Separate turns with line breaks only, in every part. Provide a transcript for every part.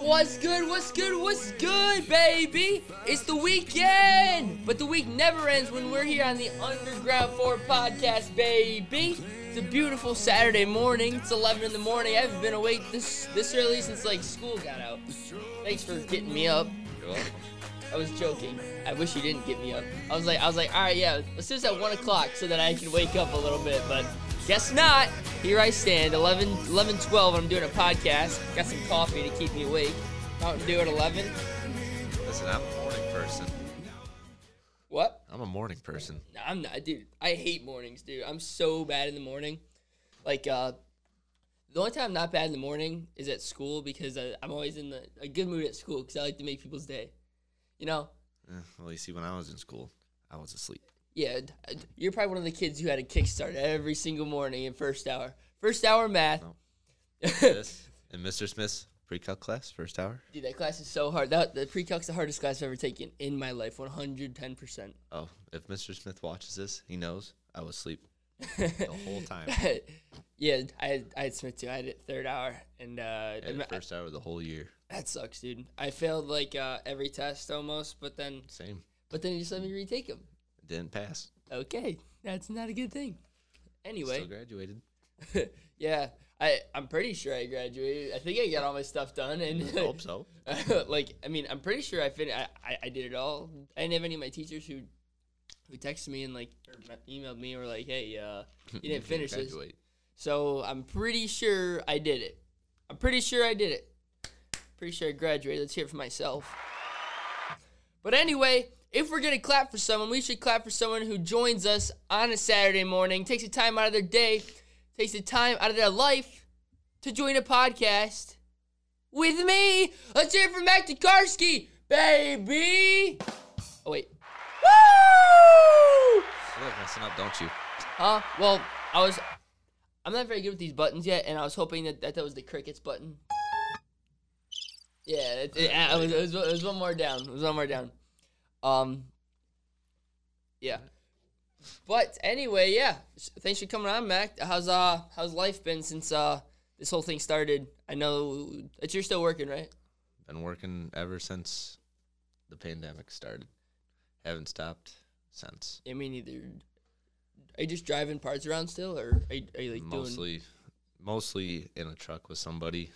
What's good? What's good? What's good, baby? It's the weekend, but the week never ends when we're here on the Underground Four podcast, baby. It's a beautiful Saturday morning. It's 11 in the morning. I haven't been awake this this early since like school got out. Thanks for getting me up. I was joking. I wish you didn't get me up. I was like, I was like, all right, yeah, let's do this at one o'clock so that I can wake up a little bit. But guess not. Here I stand, 11, 11 12. I'm doing a podcast. Got some coffee to keep me awake. Mountain Dew at 11.
Listen, I'm a morning person.
What?
I'm a morning person.
No, I'm not, dude. I hate mornings, dude. I'm so bad in the morning. Like, uh, the only time I'm not bad in the morning is at school because I, I'm always in the, a good mood at school because I like to make people's day. You know,
Eh, Well, you see, when I was in school, I was asleep.
Yeah, d- uh, d- you're probably one of the kids who had a kickstart every single morning in first hour. First hour math.
No. This and Mr. Smith's pre-calc class, first hour.
Dude, that class is so hard. That the pre-calc's the hardest class I've ever taken in my life. 110%.
Oh, if Mr. Smith watches this, he knows I was asleep the whole time.
yeah, I had, I had Smith too. I had it third hour and uh
Yeah, the first hour of the whole year.
that sucks, dude. I failed like uh, every test almost, but then
Same.
but then you just let me retake them.
Didn't pass.
Okay. That's not a good thing. Anyway,
Still graduated.
yeah. I, I'm pretty sure I graduated. I think I got all my stuff done and
I hope so.
like I mean, I'm pretty sure I fin- I, I I did it all. I didn't have any of my teachers who who texted me and like or me- emailed me or like, hey, uh, you didn't finish this.
Graduate.
So I'm pretty sure I did it. I'm pretty sure I did it. Pretty sure I graduated. Let's hear it for myself. But anyway, if we're gonna clap for someone, we should clap for someone who joins us on a Saturday morning, takes the time out of their day, takes the time out of their life to join a podcast with me. Let's hear it for Matt Tukarski, baby. Oh wait. Woo!
You like messing up, don't you?
Huh? Well, I was. I'm not very good with these buttons yet, and I was hoping that that, that was the crickets button. Yeah, it, it, I was, it, was, it was one more down. It was one more down. Um. Yeah. But anyway, yeah. s- Thanks for coming on, Mac. How's uh how's life been since uh this whole thing started? I know that you're still working, right?
Been working ever since the pandemic started. Haven't stopped since.
I mean, either are you just driving parts around still, or are you, are you like doing?
mostly mostly in a truck with somebody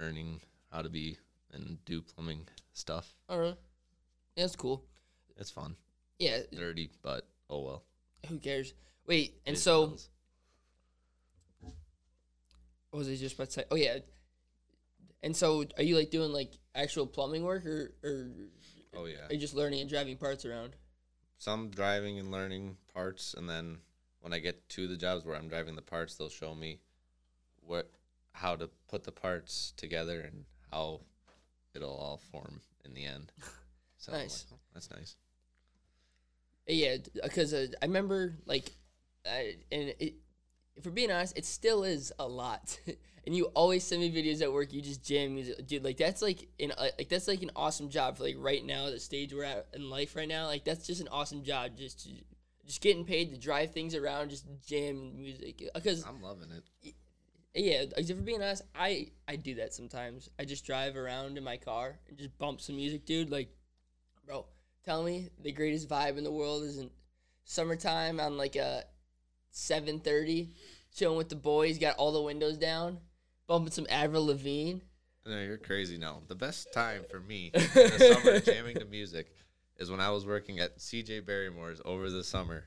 learning how to be and do plumbing stuff
All right. Yeah, that's cool.
it's fun
Yeah,
dirty but oh well
Who cares? Wait, and
It
so
happens.
what was I just about to say? Oh yeah, and so are you like doing like actual plumbing work, or or
oh yeah
are you just learning and driving parts around?
some driving and learning parts and then when i get to the jobs where i'm driving the parts they'll show me what how to put the parts together and how it'll all form in the end so I'm like,
Nice.
"Oh, that's nice
Uh, Yeah, because uh, I remember like, I, and it, if we're being honest, it still is a lot. and you always send me videos at work. You just jam music, dude. Like that's like an uh, like that's like an awesome job for like right now the stage we're at in life right now. Like that's just an awesome job. Just to, just getting paid to drive things around, just jam music. uh, Because
i'm loving it
Yeah, like, if we're being honest, I I do that sometimes. I just drive around in my car and just bump some music, dude. Like, bro, tell me the greatest vibe in the world isn't summertime on like a seven thirty, chilling with the boys, got all the windows down, bumping some Avril Lavigne.
No, you're crazy. No, the best time for me in the summer jamming to music is when I was working at CJ Barrymore's over the summer.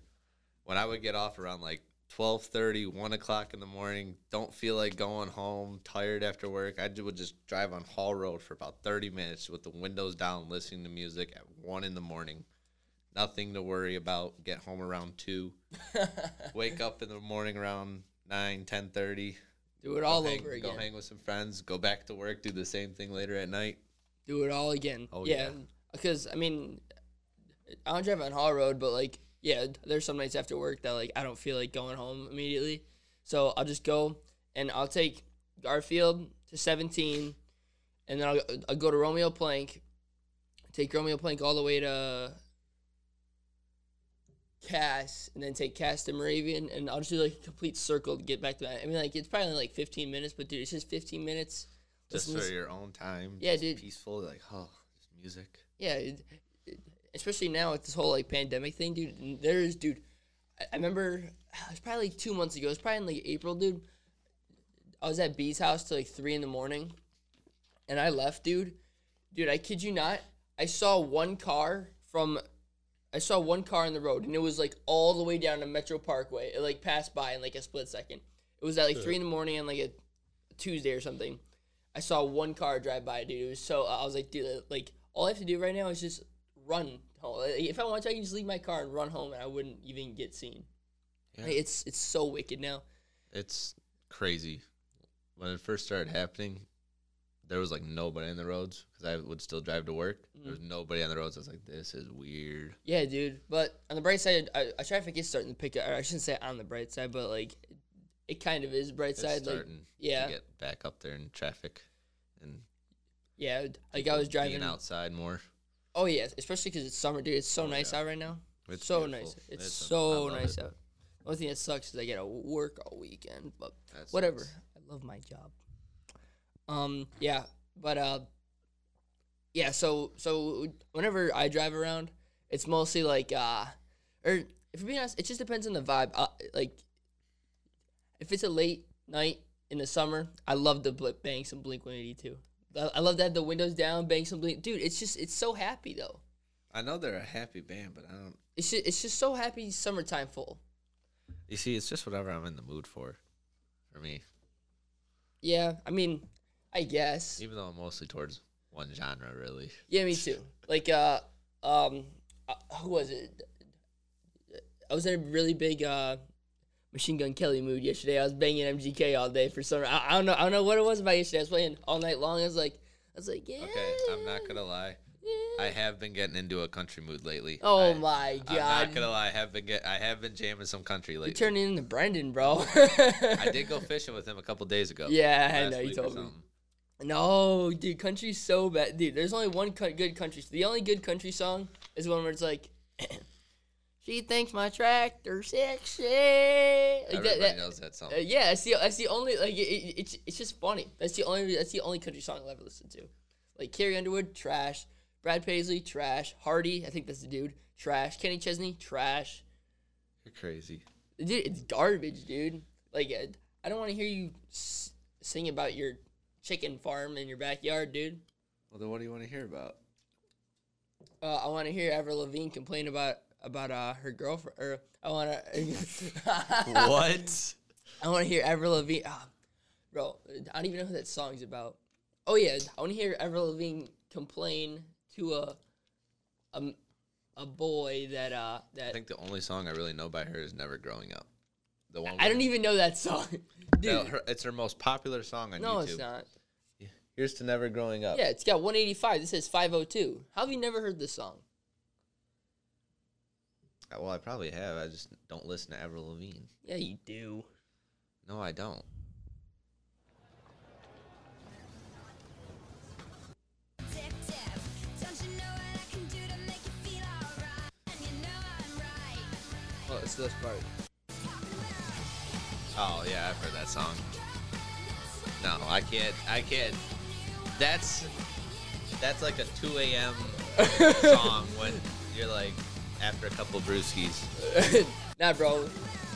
When I would get off around like 12:30, 1 o'clock in the morning, don't feel like going home, tired after work. I ju- would just drive on Hall Road for about 30 minutes with the windows down, listening to music at 1 in the morning. Nothing to worry about. Get home around 2. Wake up in the morning around 9, 10:30
Do it all
hang-
over
Go
again.
hang with some friends. Go back to work. Do the same thing later at night.
Do it all again.
Oh,
yeah,
yeah.
because I mean, I don't drive on Hall Road, but like, yeah, there's some nights after work that like I don't feel like going home immediately, so I'll just go and I'll take Garfield to 17, and then I'll, I'll go to Romeo Plank, take Romeo Plank all the way to Cass, and then take Cass to Moravian, and I'll just do like a complete circle to get back to that. I mean, like it's probably like 15 minutes, but dude, it's just 15 minutes.
just
Listen to
for
s-
your own time.
Yeah,
just
dude.
Peaceful, like oh, just music.
Yeah, it, it- especially now with this whole like pandemic thing, dude. n- There is, dude. I, I remember it was probably like two months ago. It was probably in like April, dude. I was at B's house till like three in the morning, and I left, dude. Dude, I kid you not. I saw one car from. I saw one car on the road, and it was like all the way down to Metro Parkway. It like passed by in like a split second. It was at like three in the morning on like a Tuesday or something. I saw one car drive by, dude. It was so I was like, dude, like all I have to do right now is just run home. Like, If I want to, I can just leave my car and run home, and I wouldn't even get seen.
Yeah.
Like, it's it's so wicked now.
It's crazy. When it first started happening, there was like nobody on the roads because I would still drive to work.
Mm-hmm.
There was nobody on the roads. I was like, this is weird.
Yeah, dude. But on the bright side, I, I traffic is starting to pick up. Or I shouldn't say on the bright side, but like it kind of is bright
It's
side. Like
starting
yeah.
to get back up there in traffic and
yeah, like I was driving.
being outside more.
Oh yeah, especially because it's summer, dude. It's so nice out right now.
Oh, It's
so
beautiful.
nice. It's,
It's- I
so
love
nice
it.
out. The only thing that sucks is I gotta work all weekend, but
That
whatever.
sucks.
I love my job. Um, yeah, but uh, yeah. So so whenever I drive around, it's mostly like uh, or if you're being honest, it just depends on the vibe. Uh, like, if it's a late night in the summer, I love to bl- bang some Blink One Eighty Two. I love that the windows down, bang some Blink. Dude, it's just it's so happy though.
I know they're a happy band, but I don't.
It's just, it's just so happy summertime full.
You see, it's just whatever I'm in the mood for. For me,
Yeah, I mean, I guess.
even though I'm mostly towards one genre, really.
Yeah, me too. Like, uh, um, uh, who was it? I was in a really big uh, Machine Gun Kelly mood yesterday. I was banging MGK all day for some. I, I don't know. I don't know what it was about yesterday. I was playing all night long. I was like, I was like, yeah.
Okay, I'm not gonna lie. I have been getting into a country mood lately.
Oh
I-
my god!
I'm not gonna lie. I have been get. I have been jamming some country
You're
lately.
turning into Brendan, bro.
I did go fishing with him a couple days ago.
Yeah, I
last
know, you
week or
told me.
something.
No, dude, country's so bad. Dude, there's only one co- good country. The only good country song is one where it's like, "She thinks my tractor sexy." Like
Everybody
that, that,
knows that song.
uh, yeah, that's the that's the only like it, it, it's it's just funny. That's the only that's the only country song I'll ever listen to. Like Carrie Underwood, trash. Brad Paisley, trash. Hardy, I think that's the dude, trash. Kenny Chesney, trash.
You're crazy.
Dude, it's garbage, dude. Like I- I don't want to hear you s- sing about your chicken farm in your backyard, dude.
Well, then what do you want to hear about?
Uh, I want to hear Avril Lavigne complain about about uh, her girlfriend. Or I want to.
what?
I want to hear Avril Lavigne. ah, bro, I don't even know who that song's about. Oh yeah, I want to hear Avril Lavigne complain to a a, m- a boy that uh that
I think the only song I really know by her is "Never Growing Up." The one.
I don't even know that song, dude.
No, her- it's her most popular song on
no,
YouTube.
it's not.
Here's to never growing up.
Yeah, it's got 185. This says 502. How have you never heard this song?
Uh, Well, I probably have. I just don't listen to Avril Lavigne.
Yeah, you do.
No, I don't.
Oh, it's this part.
Oh yeah, I've heard that song. No, I can't. I can't. That's that's like a 2 a.m. song when you're like after a couple brewskis.
nah, bro.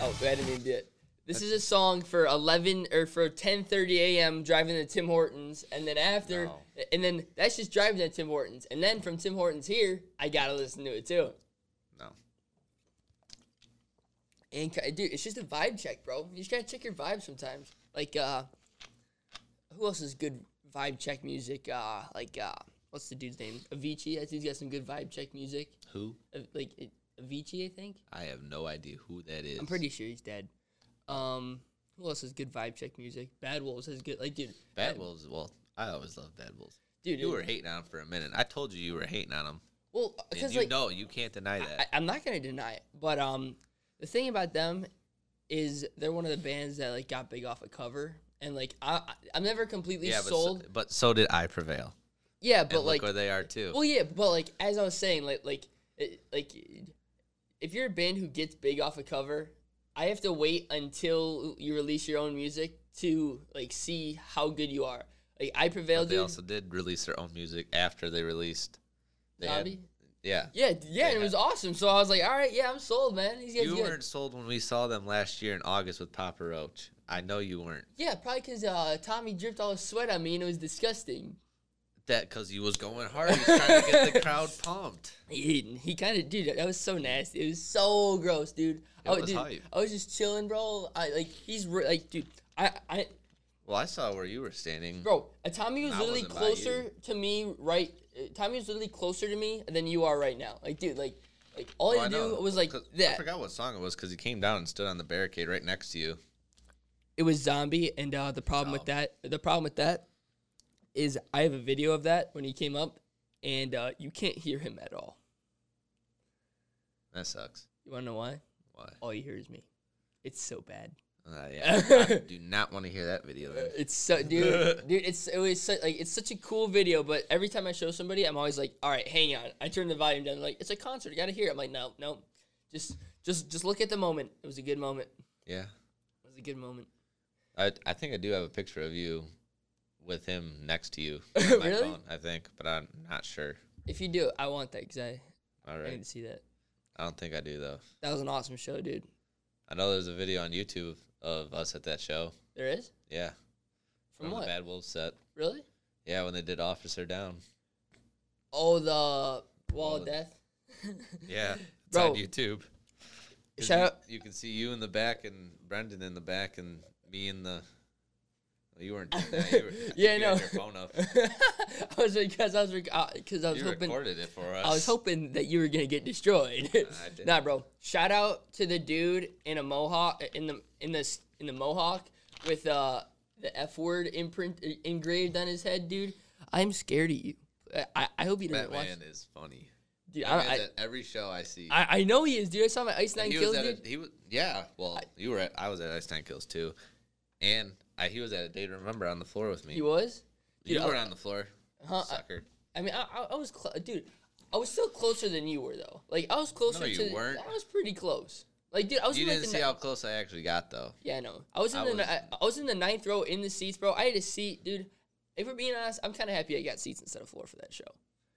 Oh, I didn't mean to do it. This is a song for 11 or for 10:30 a.m. driving to Tim Hortons, and then after,
No.
and then that's just driving to Tim Hortons, and then from Tim Hortons here, I gotta listen to it too.
No,
And ca- dude, it's just a vibe check, bro. You just gotta check your vibe sometimes. Like, uh, who else is good vibe check music? Uh, like, uh, what's the dude's name? Avicii. I think he's got some good vibe check music.
who?
Uh, like it, Avicii, I think.
I have no idea who that is.
I'm pretty sure he's dead. Um, who else has good vibe check music? Bad Wolves has good, like, dude.
Bad Wolves. Well, I always love Bad Wolves.
dude.
You were hating on him for a minute. I told you you were hating on him.
well
And
because
you
like
know you can't deny that.
I, I'm not gonna deny it, but um, the thing about them is they're one of the bands that like got big off a cover, and like I, I I'm never completely
yeah, but so,
sold.
but so did I prevail.
yeah,
And
but like, oh,
look where they are too.
well, yeah, but like as I was saying, like like it, like if you're a band who gets big off a cover, I have to wait until you release your own music to like see how good you are. Like I prevail,
But they
dude.
also did release their own music after they released. They had-
Zombie?
yeah.
yeah, d- yeah, and it was awesome. So I was like, all right, yeah, I'm sold, man. These guys
You
good.
weren't sold when we saw them last year in August with Papa Roach. I know you weren't.
Yeah, probably because uh, Tommy dripped all his sweat on me and it was disgusting.
That because you was going hard. You was trying to get the crowd pumped.
He, he kind of, dude, that was so nasty. It was so gross, dude. I
was
dude,
hype.
I was just chilling, bro. I like he's re- like, dude, I, I,
Well, I saw where you were standing.
bro. uh, Tommy was
Nah, it
literally
wasn't about you.
closer to me, right? uh, Tommy was literally closer to me than you are right now. Like, dude, like, like all
Oh,
you do was like
'Cause I
that.
forgot what song it was because he came down and stood on the barricade right next to you.
It was zombie, and uh, the problem with
Oh.
that, the problem with that, is I have a video of that when he came up, and uh, you can't hear him at all.
That sucks.
You wanna know why?
Why?
All you hear is me. It's so bad.
Uh, yeah, I do not want to hear that video. Then.
It's so dude, dude. It's it was so, like it's such a cool video, but every time I show somebody, I'm always like, all right, hang on. I turn the volume down. they're Like it's a concert, you gotta hear. It. I'm like, no, no, just just just look at the moment. It was a good moment.
Yeah,
It was a good moment.
I I think I do have a picture of you with him next to you. on my
Really?
phone, I think, but I'm not sure.
If you do, I want that because I,
All
I
right,
need to see that.
I don't think I do though.
That was an awesome show, dude.
I know there's a video on YouTube of us at that show.
There is
Yeah,
from
the
what?
Bad Wolves set.
Really?
Yeah, when they did Officer Down.
Oh, the wall
Wall
of
of-
death.
Yeah, it's
Bro.
on YouTube. 'Cause
Shout
you,
out-
you can see you in the back and Brendan in the back and me in the. well, you weren't. Doing that. You were,
Yeah,
you had
no.
your phone up.
I was because I was because I was
You
hoping
recorded it for us.
I was hoping that you were gonna get destroyed.
I didn't.
nah, bro. Shout out to the dude in a mohawk in the in this in the mohawk with uh the F word imprint uh, engraved on his head, dude. I'm scared of you. I, I, I hope he doesn't
That
watch.
man is funny.
Dude,
That
I,
man's
I,
at every show I see.
I I know he is, dude. I saw him at Ice Nine
he
Kills,
was at
dude.
a, he was yeah. Well, you were at I was at Ice Tank Kills too, and I, he was at a day to remember on the floor with me.
he was.
you
Dude,
were
I,
on the floor,
Huh, I-
sucker.
I mean, I, I- I was, cl- dude. I was still closer than you were, though. Like I was closer
No, you
to. the-
weren't.
I was pretty close. Like, dude, I was
you
in, like,
didn't
the
see
ni-
how close I actually got though.
Yeah, no. I was in
I
the
was-
I, I was in the ninth row in the seats, bro. I had a seat, dude. If we're being honest, I'm kind of happy I got seats instead of floor for that show.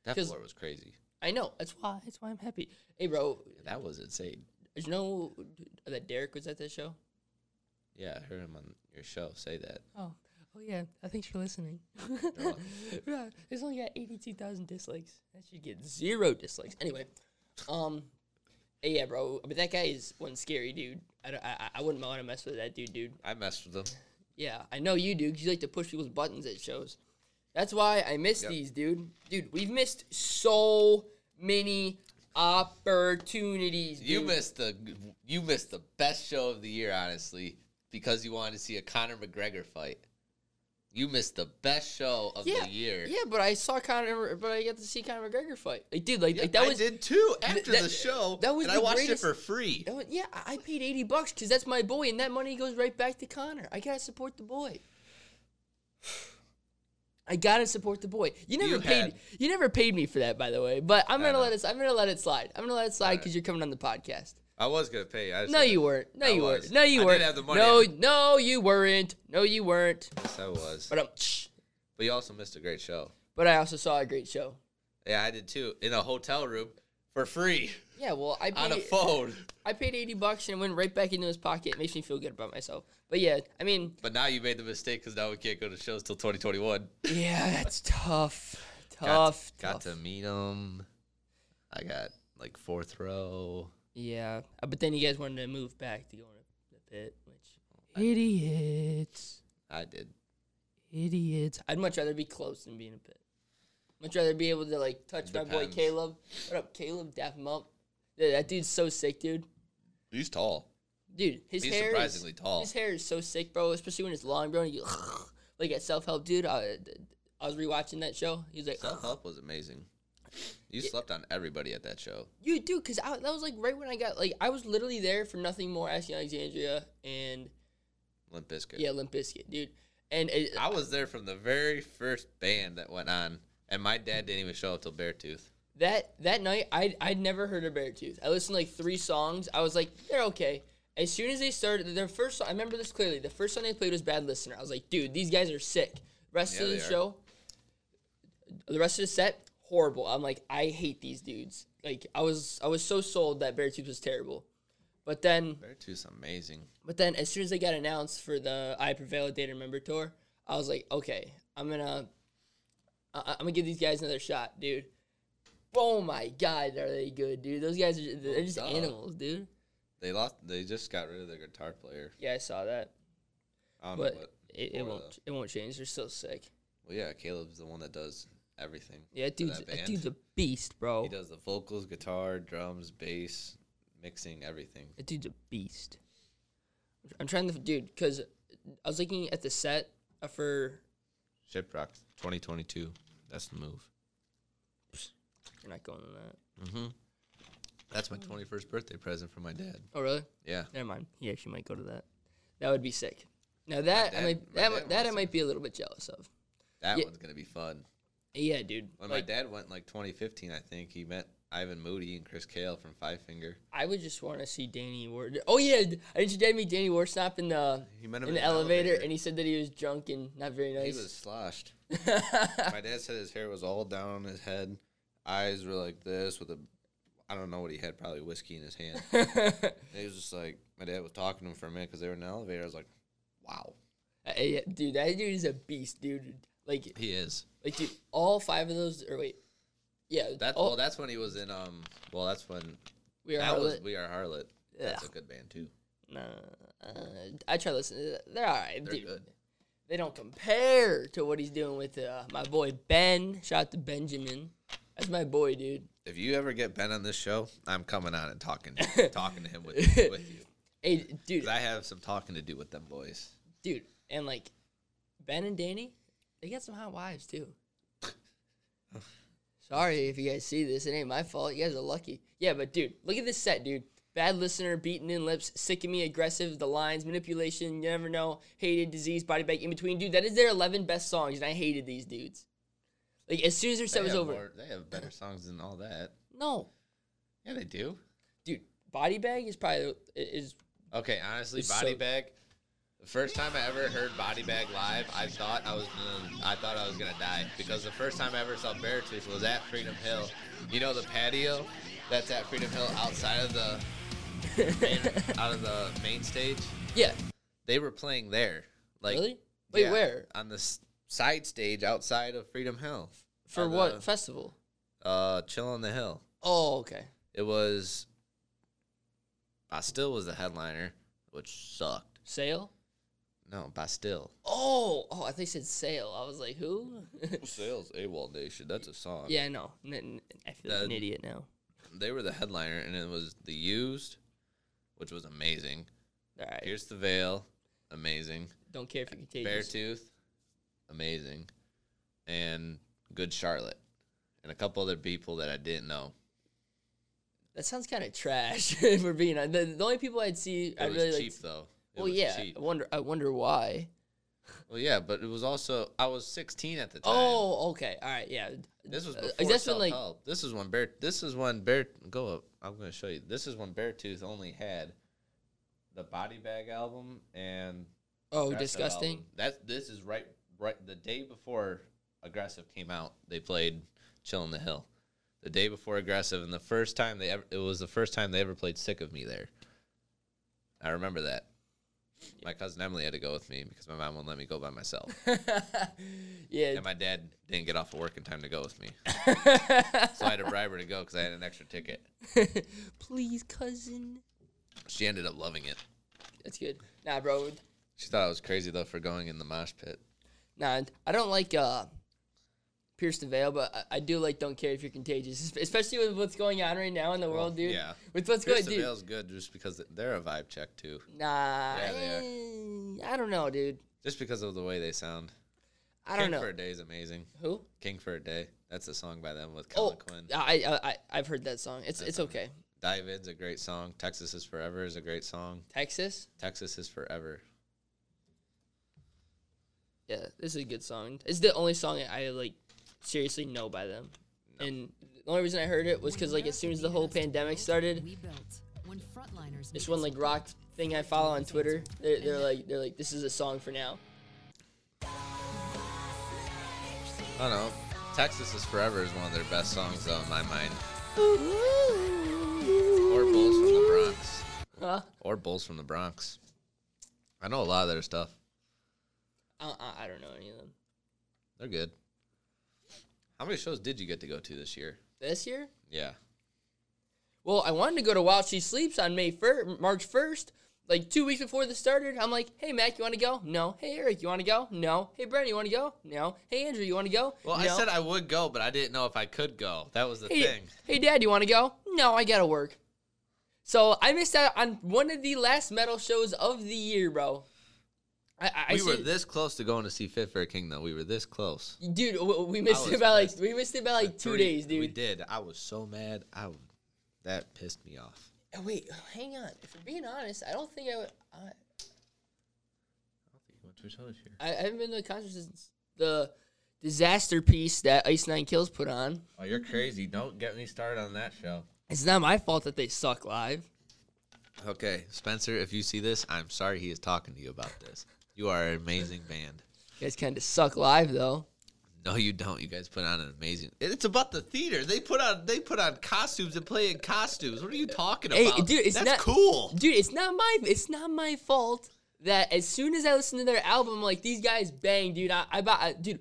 That
'Cause-
floor was crazy.
I know that's why that's why I'm happy. Hey, bro,
That was insane.
did you know that Derek was at that show?
Yeah, I heard him on your show say that.
Oh, oh yeah. Uh, Thanks for listening. yeah, it's only got eighty-two thousand dislikes. That should get zero dislikes. Anyway, um, yeah, bro. But that guy is one scary dude. I don't, I, I- I wouldn't want to mess with that dude, dude.
I messed with him.
Yeah, I know you do 'cause you like to push people's buttons at shows. That's why I miss
Yep.
these, dude. Dude, we've missed so many opportunities.
You
dude.
missed the you missed the best show of the year, honestly, because you wanted to see a Conor McGregor fight. You missed the best show of
yeah,
the year.
Yeah, but I saw Conor, but I got to see Conor McGregor fight. Like, dude, like, like that
I
was.
did too after
that-
the show.
that was
and I
the
watched
greatest-
it for free.
that was- yeah, I I paid eighty bucks because that's my boy, and that money goes right back to Connor. I gotta support the boy. I gotta support the boy. You never
You
paid.
had-
You never paid me for that, by the way. But I'm gonna
know.
let it. I'm gonna let it slide. I'm gonna let it slide because you're coming on the podcast.
I was gonna pay. you. I
No, you weren't. No,
I
you
was.
weren't. No, you
I did
weren't.
have the money.
No, no, you weren't. No, you weren't.
Yes, I was.
But
But,
um, shh.
you also missed a great show.
but I also saw a great show.
Yeah, I did too. In a hotel room for free
Yeah, well, I
on a
paid,
phone.
I paid eighty bucks and it went right back into his pocket. It makes me feel good about myself. But yeah, I mean,
But now you made the mistake because now we can't go to shows till 2021.
yeah, that's tough,
Got-
tough,
Got,
tough.
to meet him. I got like fourth row.
Yeah, uh, but then you guys wanted to move back to go in the pit, which idiots,
I did.
idiots. I'd much rather be close than be in a pit. Much rather be able to like touch my boy
Depends.
Caleb. What up, Caleb? Dap him up. Yeah, that dude's so sick, dude.
He's tall.
Dude, his
He's
hair
surprisingly
is,
tall.
His hair is so sick, bro. Especially when it's long, bro. And you like at self help, dude. I, I was rewatching that show. He's like,
Self help was amazing. You slept on everybody at that show.
you do, because that was like right when I got like I was literally there for nothing more. Asking Alexandria and
Limp Bizkit.
yeah, Limp Bizkit, dude. And it,
I was there from the very first band that went on, and my dad didn't even show up till Beartooth.
that that night, I I'd never heard of Beartooth. I listened to like three songs. I was like, they're okay. As soon as they started, their first song, I remember this clearly. The first song they played was Bad Listener. I was like, dude, these guys are sick. Rest
Yeah,
of the
they are.
show, the rest of the set, horrible. I'm like, I hate these dudes. Like, I was, I was so sold that Beartooth was terrible, but then,
Beartooth's amazing.
but then, as soon as they got announced for the I Prevail Day to Remember tour, I was like, okay, I'm gonna, I- I'm gonna give these guys another shot, dude. Oh my god, are they good, dude? Those guys are they're just
Duh.
animals, dude.
They lost. They just got rid of their guitar player.
Yeah, I saw that,
I don't know
but
what.
it, it
for,
won't,
though.
it won't change. They're so sick.
Well, yeah, Caleb's the one that does everything.
Yeah, that
for
dude's,
that
that
band.
dude's a beast, bro.
He does the vocals, guitar, drums, bass, mixing, everything.
That dude's a beast. I'm trying to, dude, because I was looking at the set for.
Shiprock 2022. That's the move.
You're not going on that.
Mm-hmm. That's my 21st birthday present from my dad.
Oh, really?
Yeah.
Never mind. He actually might go to that. That would be sick. Now that I might
dad- my
that,
dad
might- that I
wants
might be a little bit jealous of.
That
Yeah.
one's going to be fun.
Yeah, dude.
When
like,
my dad went in like 2015, I think, he met Ivan Moody and Chris Cale from Five Finger.
I would just want to see Danny Ward. Oh yeah, d- didn't you dad meet Danny Warsnop in the
He met him
in the elevator, and he said that he was drunk and not very
he
nice.
was sloshed. my dad said his hair was all down on his head. Eyes were like this with a, I don't know what he had, probably whiskey in his hand. And he was just like, my dad was talking to him for a minute because they were in the elevator. I was like, wow.
Uh, yeah, dude, that dude is a beast, dude. Like
He is.
like dude, all five of those or wait. Yeah,
That's
all,
well. That's when he was in. Um. Well, that's when
we are
that
all
was
lit.
We Are Harlot. That's
Ugh.
a good band too.
No, uh, I try to listen. To that. They're all right,
They're
dude.
good.
They don't compare to what he's doing with uh, my boy Ben. Shout out to Benjamin. That's my boy, dude.
If you ever get Ben on this show, I'm coming on and talking to talking to him with you, with you.
Hey, dude,
'Cause I have some talking to do with them boys.
dude, and like Ben and Danny, they got some hot wives too. Sorry if you guys see this. It ain't my fault. You guys are lucky. Yeah, but dude, look at this set, dude. Bad listener, beaten in lips, sick of me, aggressive, the lines, manipulation, you never know, hated, disease, body bag, in between. Dude, that is their 11 best songs, and I hated these dudes. Like, as soon as their set
They
was
have
over.
more- they have better songs than all that.
No.
Yeah, they do.
Dude, body bag is probably, is,
Okay, honestly,
It's
Body
so-
Bag. The first time I ever heard Body Bag live, I thought I was gonna, I thought I was gonna die because the first time I ever saw Beartooth was at Freedom Hill. You know the patio that's at Freedom Hill outside of the out of the main stage.
yeah.
They were playing there. Like
really? Wait,
yeah,
where?
On the s- side stage outside of Freedom Hill.
For
uh,
what
the-
festival?
Uh, chill on the hill.
Oh, okay.
It was. Bastille was the headliner, which sucked.
Sale?
No, Bastille.
Oh, oh, I think it said sale. I was like, who?
Sales AWOL Nation. That's a song.
yeah, no. N- n- I feel like an
That-
idiot now.
They were the headliner, and it was The Used, which was amazing.
All right.
Here's the Veil, amazing.
Don't care if you're contagious.
Beartooth, amazing, and Good Charlotte, and a couple other people that I didn't know.
That sounds kind of trash. if we're being honest. The, the only people I'd see,
It
I
was
really
cheap
like.
though. It
Well,
was
yeah.
cheap.
I wonder. I wonder why.
Well, yeah, but it was also I was 16 at the time.
Oh, okay. All right. Yeah.
this was
uh,
before
that's when,
self
like-
help. This is when bear. This is when bear. Go up. I'm going to show you. This is when Beartooth only had the Body Bag album and
Oh,
Aggressive
disgusting.
album. That's this is right right the day before Aggressive came out. They played Chill in the Hill. The day before Aggressive, and the first time they ever it was the first time they ever played Sick of Me there. I remember that. My cousin Emily had to go with me because my mom wouldn't let me go by myself,
yeah.
and my dad didn't get off of work in time to go with me, so I had to bribe her to go because I had an extra ticket.
Please, cousin.
She ended up loving it.
That's good. Nah, bro.
She thought I was crazy though for going in the mosh pit.
Nah, and I don't like uh, Pierce the Veil, but I, I do like Don't Care If You're Contagious, es- especially with what's going on right now in the world, dude.
yeah.
With what's
Pierce
going,
the
dude.
Veil's good just because they're a vibe check too,
Nah.
Yeah, they are.
eh, I don't know, dude.
just because of the way they sound.
I don't
King
know.
for a Day is amazing.
Who?
King for a Day. That's a song by them with Colin
Oh,
Quinn.
I, I I I've heard that song. It's it's okay.
David's a great song. Texas is Forever is a great song.
Texas.
Texas is Forever.
Yeah, this is a good song. It's the only song I like seriously know by them. And the only reason I heard it was because like as soon as the whole pandemic started,
we built when frontliners
this one like rock thing I follow on Twitter. They're, they're like they're like this is a song for now.
I don't know. Texas is Forever is one of their best songs, though, in my mind. Or Bulls from the Bronx.
Huh?
Or Bulls from the Bronx. I know a lot of their stuff.
I, I, I don't know any of them.
They're good. How many shows did you get to go to this year?
This year?
Yeah.
Well, I wanted to go to While She Sleeps on May 1st, March 1st, like two weeks before this started. I'm like, hey, Mac, you want to go? No. Hey, Eric, you want to go? No. Hey, Brent, you want to go? No. Hey, Andrew, you want to go?
Well, I
No.
said I would go, but I didn't know if I could go. That was the
hey,
thing.
hey, Dad, you want to go? No, I got to work. So I missed out on one of the last metal shows of the year, bro. I, I, I
we were
see-
this close to going to see Fit for a King, though. We were this close.
dude. w- We missed
was
it by like
pissed.
we missed it by like two
Three-
days,
We
dude.
did. I was so mad. I w- that pissed me off.
Oh, Wait, hang on. If we're being honest, I don't think I would. I, I haven't been to a concert since the disaster piece that Ice Nine Kills put on.
Oh, you're crazy! Don't get me started on that show.
It's not my fault that they suck live.
Okay, Spencer, if you see this, I'm sorry he is talking to you about this. You are an amazing band.
You guys kind of suck live though.
No, you don't. You guys put on an amazing. It's about the theater. They put on they put on costumes and play in costumes. What are you talking
Hey,
about?
dude, it's
That's
not-
cool.
Dude, it's not my it's not my fault that as soon as I listened to their album, like these guys bang, dude. I, I bought, I, dude.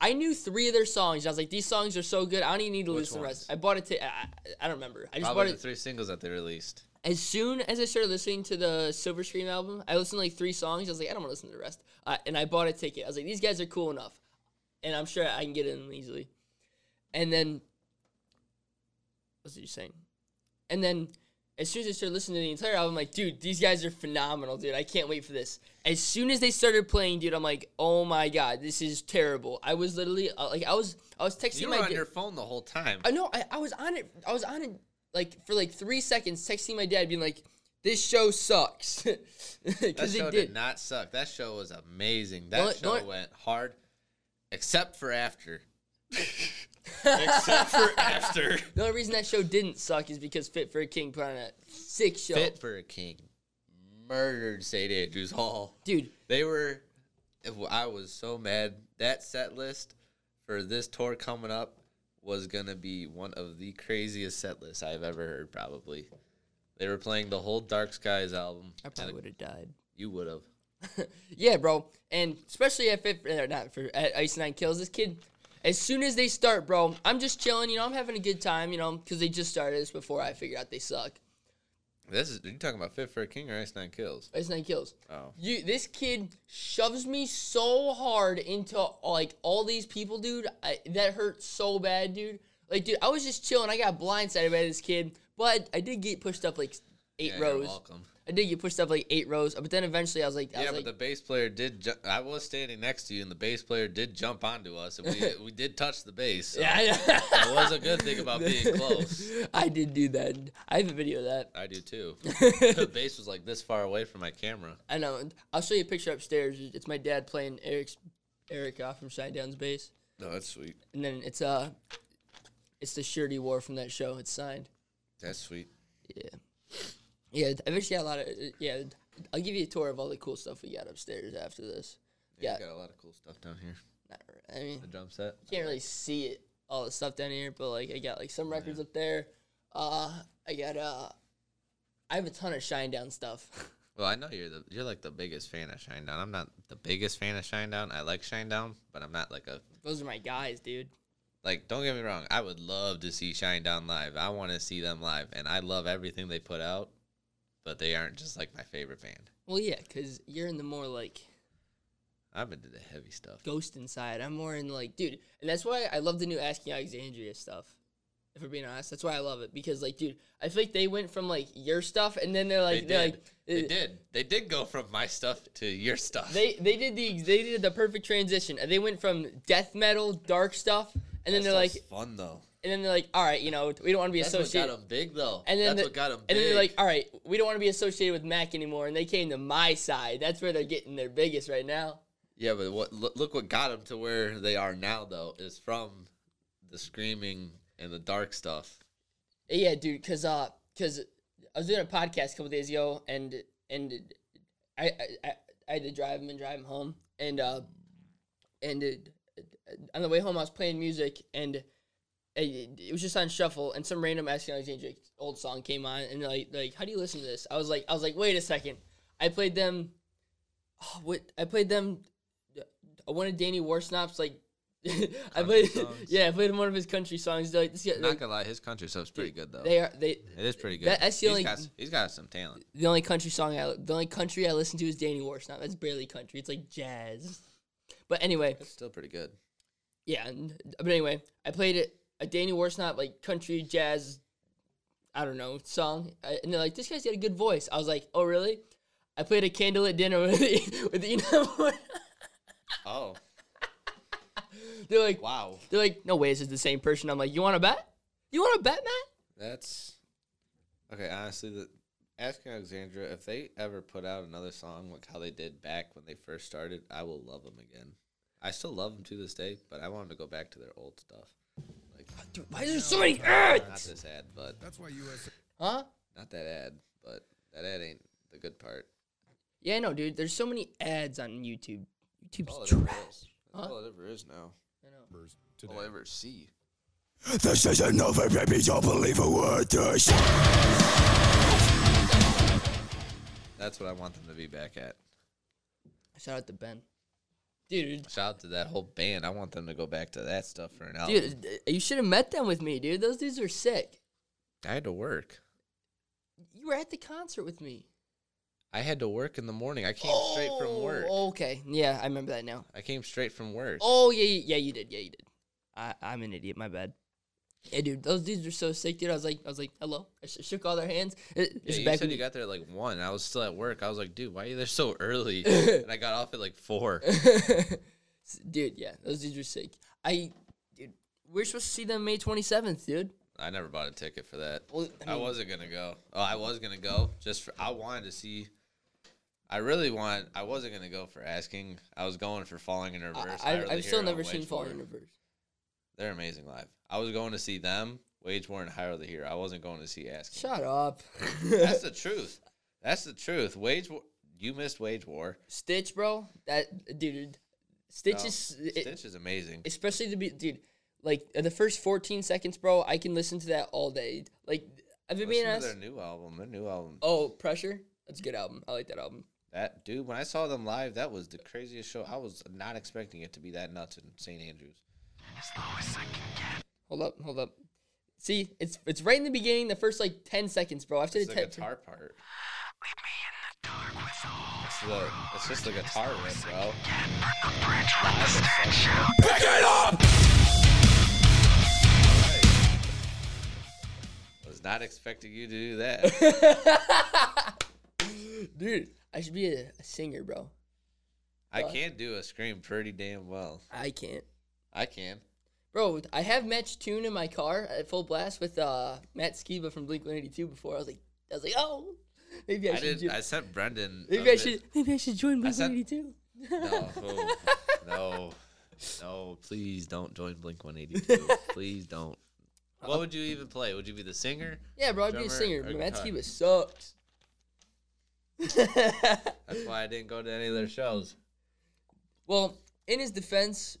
I knew three of their songs. I was like, these songs are so good. I don't even need to listen
Which
to the
ones?
rest. I bought it. to I I, I don't remember. I just
Probably
bought
the
it
three singles that they released.
as soon as I started listening to the Silver Scream album, I listened to like three songs. I was like, I don't want to listen to the rest. Uh, and I bought a ticket. I was like, these guys are cool enough. And I'm sure I can get in easily. And then, what's you saying? And then, as soon as I started listening to the entire album, I'm like, dude, these guys are phenomenal, dude. I can't wait for this. As soon as they started playing, dude, I'm like, oh my God, this is terrible. I was literally, uh, like, I was, I was texting
You
my.
were on
da-
your phone the whole time.
I know. I, I was on it. I was on it like for like three seconds, texting my dad, being like, "This show sucks,"
That
because
show
it
did.
did.
not suck. That show was amazing. That
only- the
show
only-
went hard, except for after. except for after.
The only reason that show didn't suck is because Fit for a King put on a sick show,
Fit for a King murdered St. Andrews Hall.
dude.
They were. I was so mad. That set list for this tour coming up was gonna be one of the craziest set lists I've ever heard. Probably. They were playing the whole Dark Skies album.
I probably would have died.
You would have.
Yeah, bro, and especially at Fit, uh, not for at Ice Nine Kills. This kid, as soon as they start, bro, I'm just chilling. You know, I'm having a good time. You know, because they just started this before I figured out they suck.
This is you talking about Fit for a King or Ice Nine Kills?
Ice Nine Kills.
Oh.
You, this kid shoves me so hard into like all these people, dude. I, that hurt so bad, dude. Like, dude, I was just chilling. I got blindsided by this kid, but I did get pushed up like eight
Yeah, you're
rows.
welcome.
I did get pushed up like eight rows, but then eventually I was like, I
Yeah,
was
but the
like,
bass player did. Ju- I was standing next to you, and the bass player did jump onto us, and we we did touch the bass. So
yeah, I-
that was a good thing about being close.
I did do that. I have a video of that.
I do too. the bass was like this far away from my camera.
I know. and I'll show you a picture upstairs. It's my dad playing Eric's Eric off from Shinedown's bass,
No, that's sweet.
and then it's uh, it's the shirt he wore from that show. It's signed.
That's sweet.
Yeah. Yeah, I've actually got a lot of. uh, Yeah, I'll give you a tour of all the cool stuff we got upstairs after this.
Yeah,
Yeah.
we got a lot of cool stuff down here.
Not re- I mean,
The drum set.
you can't really see it, all the stuff down here, but like I got like some records up there. Uh, I got uh, I have a ton of Shine Down stuff.
Well, I know you're the you're like the biggest fan of Shinedown. I'm not the biggest fan of Shinedown. I like Shinedown, but I'm not like a
Those are my guys, dude.
like. Don't get me wrong. I would love to see Shinedown live. I want to see them live, and I love everything they put out. But they aren't just like my favorite band.
Well, yeah, cause you're in the more like
I'm into the heavy stuff.
ghost inside. I'm more in like, dude, and that's why I love the new Asking Alexandria stuff. If we're being honest, that's why I love it because, like, dude, I feel like they went from like your stuff, and then they're
They
like,
did.
they're like, uh,
they did. They did go from my stuff to your stuff.
They they did the they did the perfect transition. They went from death metal, dark stuff, and then
That
they're like,
stuff's fun though.
and then they're like, all right, you know, we don't want to be
That's what got
associated.
them big though.
And then
that's
the-
what got them.
And then they're like, uh, all right, we don't want to be associated with Mac anymore. And they came to my side. That's where they're getting their biggest right now.
yeah, but what? Look, look what got them to where they are now though is from the screaming and the dark stuff.
Yeah, dude, cause uh, cause I was doing a podcast a couple days ago, and and I I, I, I had to drive him and drive him home, and uh, and it, on the way home, I was playing music and it, it was just on shuffle, and some random Asking Alexandria old song came on, and they're like, like, how do you listen to this? I was like, I was like, wait a second, I played them. Oh, what I played them, uh, one of Danny Warsnop's like, I played,
songs?
yeah, I played one of his country songs. They're like, this guy,
Not
like,
gonna lie, his country stuff's pretty good though.
they are they.
it is pretty good.
that- that's the
He's
only-
got s- he's got some talent.
The only country song I the only country I listen to is Danny Warsnop. That's barely country. It's like jazz. But anyway,
It's still pretty good.
yeah. and- But anyway, I played it a Danny Warsnop like country jazz, I don't know song, I- and they're like, "This guy's got a good voice." I was like, "Oh really?" I played a candlelit dinner with the, with the Enoch.
Oh
they're like,
wow,
they're like, "No way, this is the same person." I'm like, "You want to bet? You want to bet, Matt?"
that's okay. Honestly, the Ask Alexandra if they ever put out another song like how they did back when they first started, I will love them again. I still love them to this day, but I want 'em to go back to their old stuff. Like
Dude, why is there so many
not
ads?
this ad, but
That's why USA
Huh?
not that ad, but that ad ain't the good part.
Yeah, no, dude. There's so many ads on YouTube. YouTube's
All it ever
trash.
is. That's all it ever is now.
I know.
members
All I ever see.
This is another baby. Don't believe a word. uh, This.
That's what I want them to be back at.
Shout out to Ben. Dude,
Shout out to that whole band. I want them to go back to that stuff for an album.
dude, uh, you should have met them with me, dude. Those dudes are sick.
I had to work.
You were at the concert with me.
I had to work in the morning. I came straight from work.
Oh, Okay, yeah, I remember that now.
I came straight from work.
Oh yeah, yeah, yeah, you did. Yeah, you did. I, I'm an idiot. My bad. Yeah, dude, those dudes are so sick, dude. I was like, I was like, hello. I sh- shook all their hands. It,
Yeah,
it's
you
back
said
when
you
you-
got there at like one. I was still at work. I was like, dude, why are you there so early? and I got off at like four.
dude, yeah, those dudes are sick. I, dude, we're supposed to see them May 27th, dude.
I never bought a ticket for that.
Well, I
I
mean-
wasn't gonna go. Oh, I was gonna go just for. I wanted to see. I really want. I wasn't gonna go for asking. I was going for falling in
I,
reverse.
I,
really
I've still
hear it on
never seen
Wage
Falling
War.
in Reverse.
They're amazing live. I was going to see them, Wage War, and Hire the Hero. I wasn't going to see Asking.
Shut up.
That's the truth. That's the truth. Wage War. You missed Wage War.
Stitch, bro. That dude, Stitch
No,
is it-
Stitch is amazing.
especially to be dude. Like uh, the first 14 seconds, bro. I can listen to that all day. Like I've been being
Listen to
honest.
their new album. Their new album.
Oh, pressure. That's a good album. I like that album.
That dude. When I saw them live, that was the craziest show. I was not expecting it to be that nuts in St. Andrews.
Hold up, hold up. See, it's it's right in the beginning, the first like 10 seconds, bro. After
It's
the
the
10,
guitar part. It's the it's just the guitar riff, bro.
Pick it up.
Was not expecting you to do that.
dude, I should be a, a singer, bro.
I can do a scream pretty damn well.
I can't.
I can.
Bro, I have match tune in my car at full blast with uh, Matt Skiba from Blink 182 before. I was like, I was like, oh, maybe I,
I
should.
did.
do-
I sent Brendan. a
Maybe I
bit-
should. Maybe I should join Blink
said-
One Eighty Two.
No, oh, no, no. Please don't join Blink One Eighty Two. Please don't. What would you even play? Would you be the singer?
Yeah, bro, I'd be a
Drummer
singer.
or
But Matt
guitar?
Skiba sucks.
That's why I didn't go to any of their shows.
well, in his defense,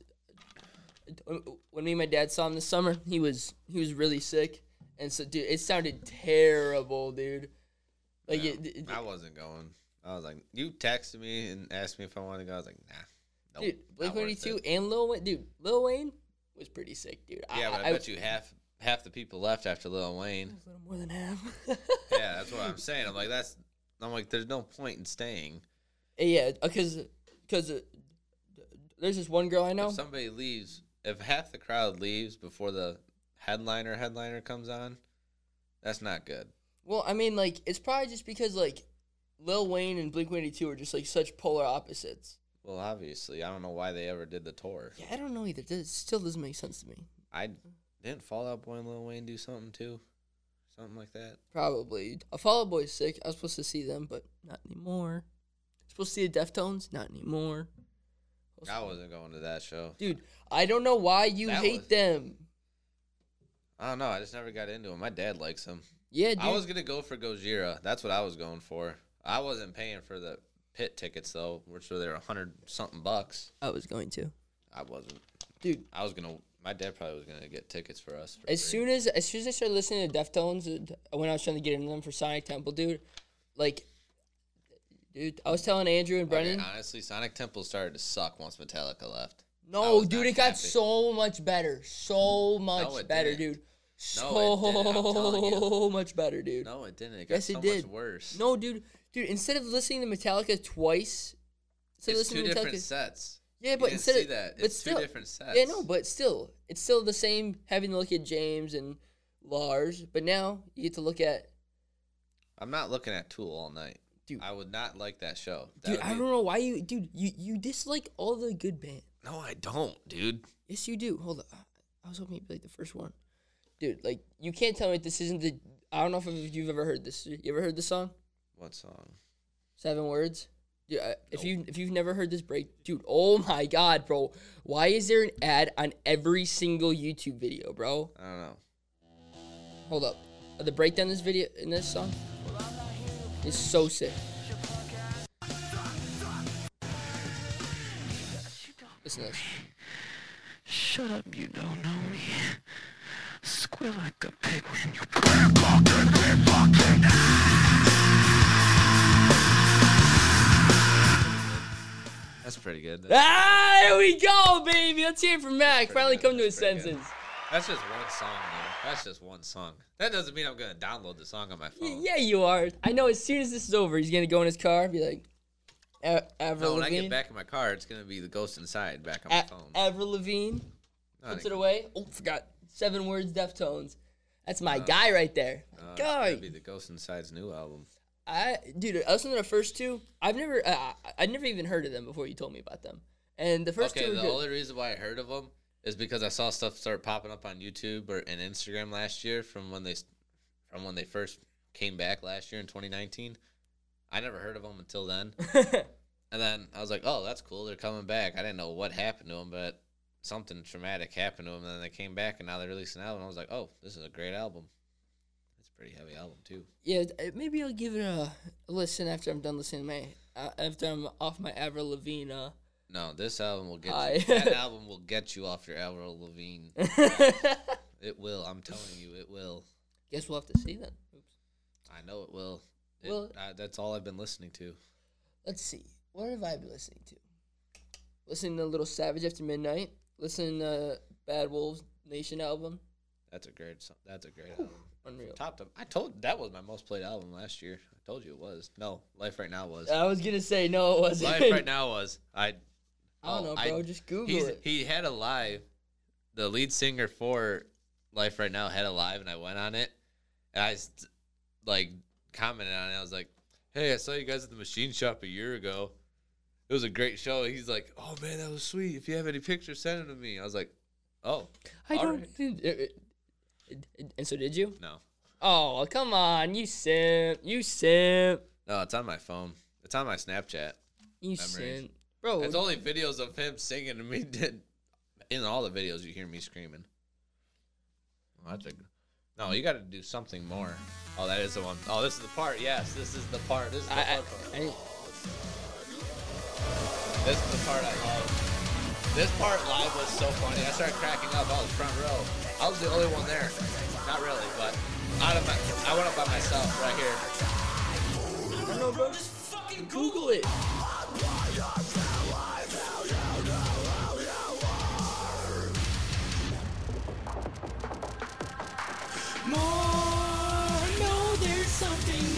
when me and my dad saw him this summer, he was he was really sick, and so dude, it sounded terrible, dude. Like
No,
it, it-
I wasn't going. I was like, you texted me and asked me if I wanted to go. I was like, nah.
dude, Blink
not
One
worth
Eighty
it.
Two and Lil Wayne, dude, Lil Wayne was pretty sick, dude.
Yeah, but I, bet you half half the people left after Lil Wayne.
a little more than half.
yeah, that's what I'm saying. I'm like, that's. I'm like, there's no point in staying.
yeah, because because there's this one girl I know.
If somebody leaves, if half the crowd leaves before the headliner headliner comes on, that's not good.
Well, I mean, like it's probably just because like Lil Wayne and Blink One Eighty Two are just like such polar opposites.
Well, obviously, I don't know why they ever did the tour.
Yeah, I don't know either. It still doesn't make sense to me.
I didn't Fall Out Boy and Lil Wayne do something too, something like that.
Probably a Fall Out Boy's sick. I was supposed to see them, but not anymore. Supposed to see the Deftones, not anymore.
I wasn't going to that show.
Dude, I don't know why you
That
hate
was-
them.
I don't know. I just never got into him. My dad likes him.
Yeah, dude.
I was gonna go for Gojira. That's what I was going for. I wasn't paying for the pit tickets though, which were there a hundred something bucks.
I was going to.
I wasn't.
Dude.
I was gonna. My dad probably was gonna get tickets for us. For
As
free.
soon as as soon as I started listening to Deftones, uh, when I was trying to get into them for Sonic Temple, dude, like, dude, I was telling Andrew and
Okay,
Brennan,
honestly, Sonic Temple started to suck once Metallica left. I
no,
was
dude,
not
it got
happy.
so much better, so much
it
better,
didn't.
dude,
No, it didn't, I'm telling you.
so much better, dude.
No, it didn't. It got
Yes,
so
it did.
much worse.
No, dude, dude. Instead of listening to Metallica twice, instead of
it's two
listening to
different
Metallica,
sets.
yeah,
You
but
didn't
instead
see
of
that.
but
it's
still,
two different sets.
Yeah, no, but still, it's still the same having to look at James and Lars, but now you get to look at
I'm not looking at Tool all night.
Dude.
I would not like that show. That
dude.
would
I
be-
don't know why you, dude. You you dislike all the good bands.
No, I don't, dude.
Yes, you do. Hold up. I was hoping you'd be like the first one, dude. Like you can't tell me this isn't the. I don't know if you've ever heard this. You ever heard this song?
What song?
Seven words. Dude, I- if you if you've never heard this break, dude, oh my god, bro, why is there an ad on every single YouTube video, bro?
I don't know.
Hold up, the breakdown in this video in this song is so sick. Listen to this.
Shut up, you don't know me. Squeal like a pig when you
That's pretty good. That's,
Ah, there we go, baby. Let's hear it from Mac. Finally
good.
come to his
That's pretty good.
senses.
that's just one song, dude. That's just one song. That doesn't mean I'm gonna download the song on my
Y-
phone.
Yeah, you are. I know. As soon as this is over, he's gonna go in his car and be like, "E- "Ever
No, when I
Levine,
get back in my car, it's gonna be the Ghost Inside back on my
E-
phone.
Ever Levine."
Not
Puts
a-
it away. Oh, forgot. Seven words, Deftones. That's my guy right there.
uh, it's
guy.
gonna be the Ghost Inside's new album.
I, dude, I listened to the first two. I've never, uh, I, I never even heard of them before you told me about them. And the first
okay,
two were
the
good.
only reason why I heard of them is because I saw stuff start popping up on YouTube or and Instagram last year from when they s- from when they first came back last year in 2019. I never heard of them until then, and then I was like, "Oh, that's cool. They're coming back." I didn't know what happened to them, but something traumatic happened to them. And then they came back, and now they released an album. I was like, "Oh, this is a great album. It's a pretty heavy album too."
yeah, uh, maybe I'll give it a listen after I'm done listening to my, uh, after I'm off my Avril Lavigne. Uh,
No, this album will get
Hi.
you. That album will get you off your Avril Lavigne.
uh.
it will. I'm telling you, it will.
guess we'll have to see then. Oops.
I know it will. It,
Well-
I, that's all I've been listening to.
Let's see. What have I been listening to? Listening to Little Savage After Midnight. Listening to Bad Wolves Nation album.
That's a great. so- That's a great album.
Unreal.
Top to, I told that was my most played album last year. I told you it was. No, Life Right Now was.
I was gonna say no, it wasn't.
Life Right Now was. I.
I don't know,
oh,
bro. Just Google
he's-
it.
He had a live. The lead singer for Life Right Now had a live, and I went on it, and I s- like commented on it. I was like, "Hey, I saw you guys at the machine shop a year ago. It was a great show." He's like, "Oh man, that was sweet. If you have any pictures, send them to me." I was like, "Oh,
I
all
don't.
right."
think- it- it- it- And so did you?
No.
Oh, come on, you simp, you simp,
No, it's on my phone. It's on my Snapchat.
you simp, bro.
It's only videos of him singing and me did in all the videos you hear me screaming. Oh, that's a No, you got to do something more. Oh, that is the one. Oh, this is the part. Yes, this is the part. This is the,
I,
fun part.
I, I,
This is the part I love. This part live was so funny. I started cracking up. I was front row. I was the only one there. Not really, but out of my, I went up by myself right here.
I don't know, bro. Just fucking Google it.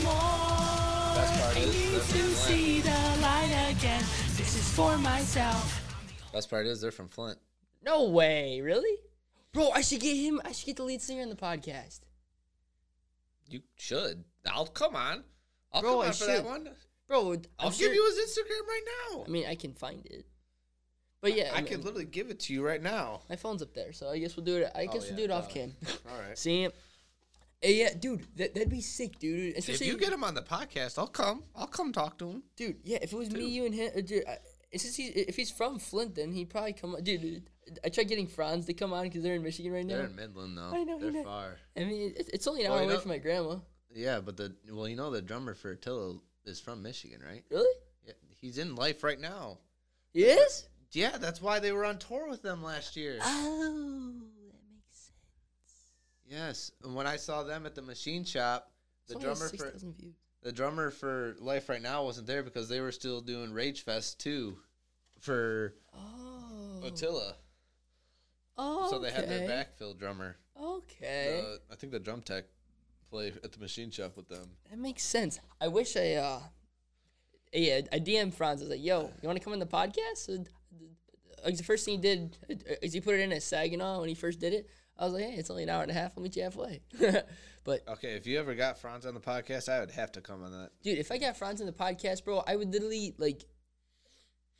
Best part is they're from Flint.
This is for myself.
Best part is they're from Flint.
No way, really, bro. I should get him. I should get the lead singer on the podcast.
You should. I'll come on. I'll
Bro,
come on
I
for that
should.
one.
Bro, I'm
I'll
sure-
give you his Instagram right now.
I mean, I can find it, but yeah,
I
mean,
can literally give it to you right now.
My phone's up there, so I guess we'll do it. I guess
Oh, yeah,
we'll do it off
duh.
cam.
All right.
See, hey, yeah, dude, that, that'd be sick, dude.
if
Especially
you get him on the podcast, I'll come. I'll come talk to him.
dude, yeah. If it was me, you, and him, uh, dude. I, it's just he, if he's from Flint, then he'd probably come on. Dude, I tried getting Franz to come on because they're in Michigan right now.
Midland though.
I know, I know.
far.
I mean, it's, it's only an hour
Well, Oh, you
away
know-
from my grandma.
Yeah, but the well, you know, the drummer for Attila is from Michigan, right?
Really?
Yeah, he's in life right now.
Yes.
Yeah, that's why they were on tour with them last year.
Oh, that makes sense.
Yes, and when I saw them at the machine shop, the drummer for
views.
the drummer for Life Right Now wasn't there because they were still doing Rage Fest too for
Oh.
Attila.
oh.
So they had their backfill drummer.
Okay.
Uh, I think the drum tech play at the machine shop with them.
That makes sense. I wish I uh yeah, I DM Franz. I was like, "Yo, you want to come on the podcast?" And, uh, the first thing he did uh, is he put it in as Saginaw when he first did it. I was like, "Hey, it's only an hour and a half. I'll meet you halfway." but
Okay, if you ever got Franz on the podcast, I would have to come on that.
dude, if I got Franz in the podcast, bro, I would literally like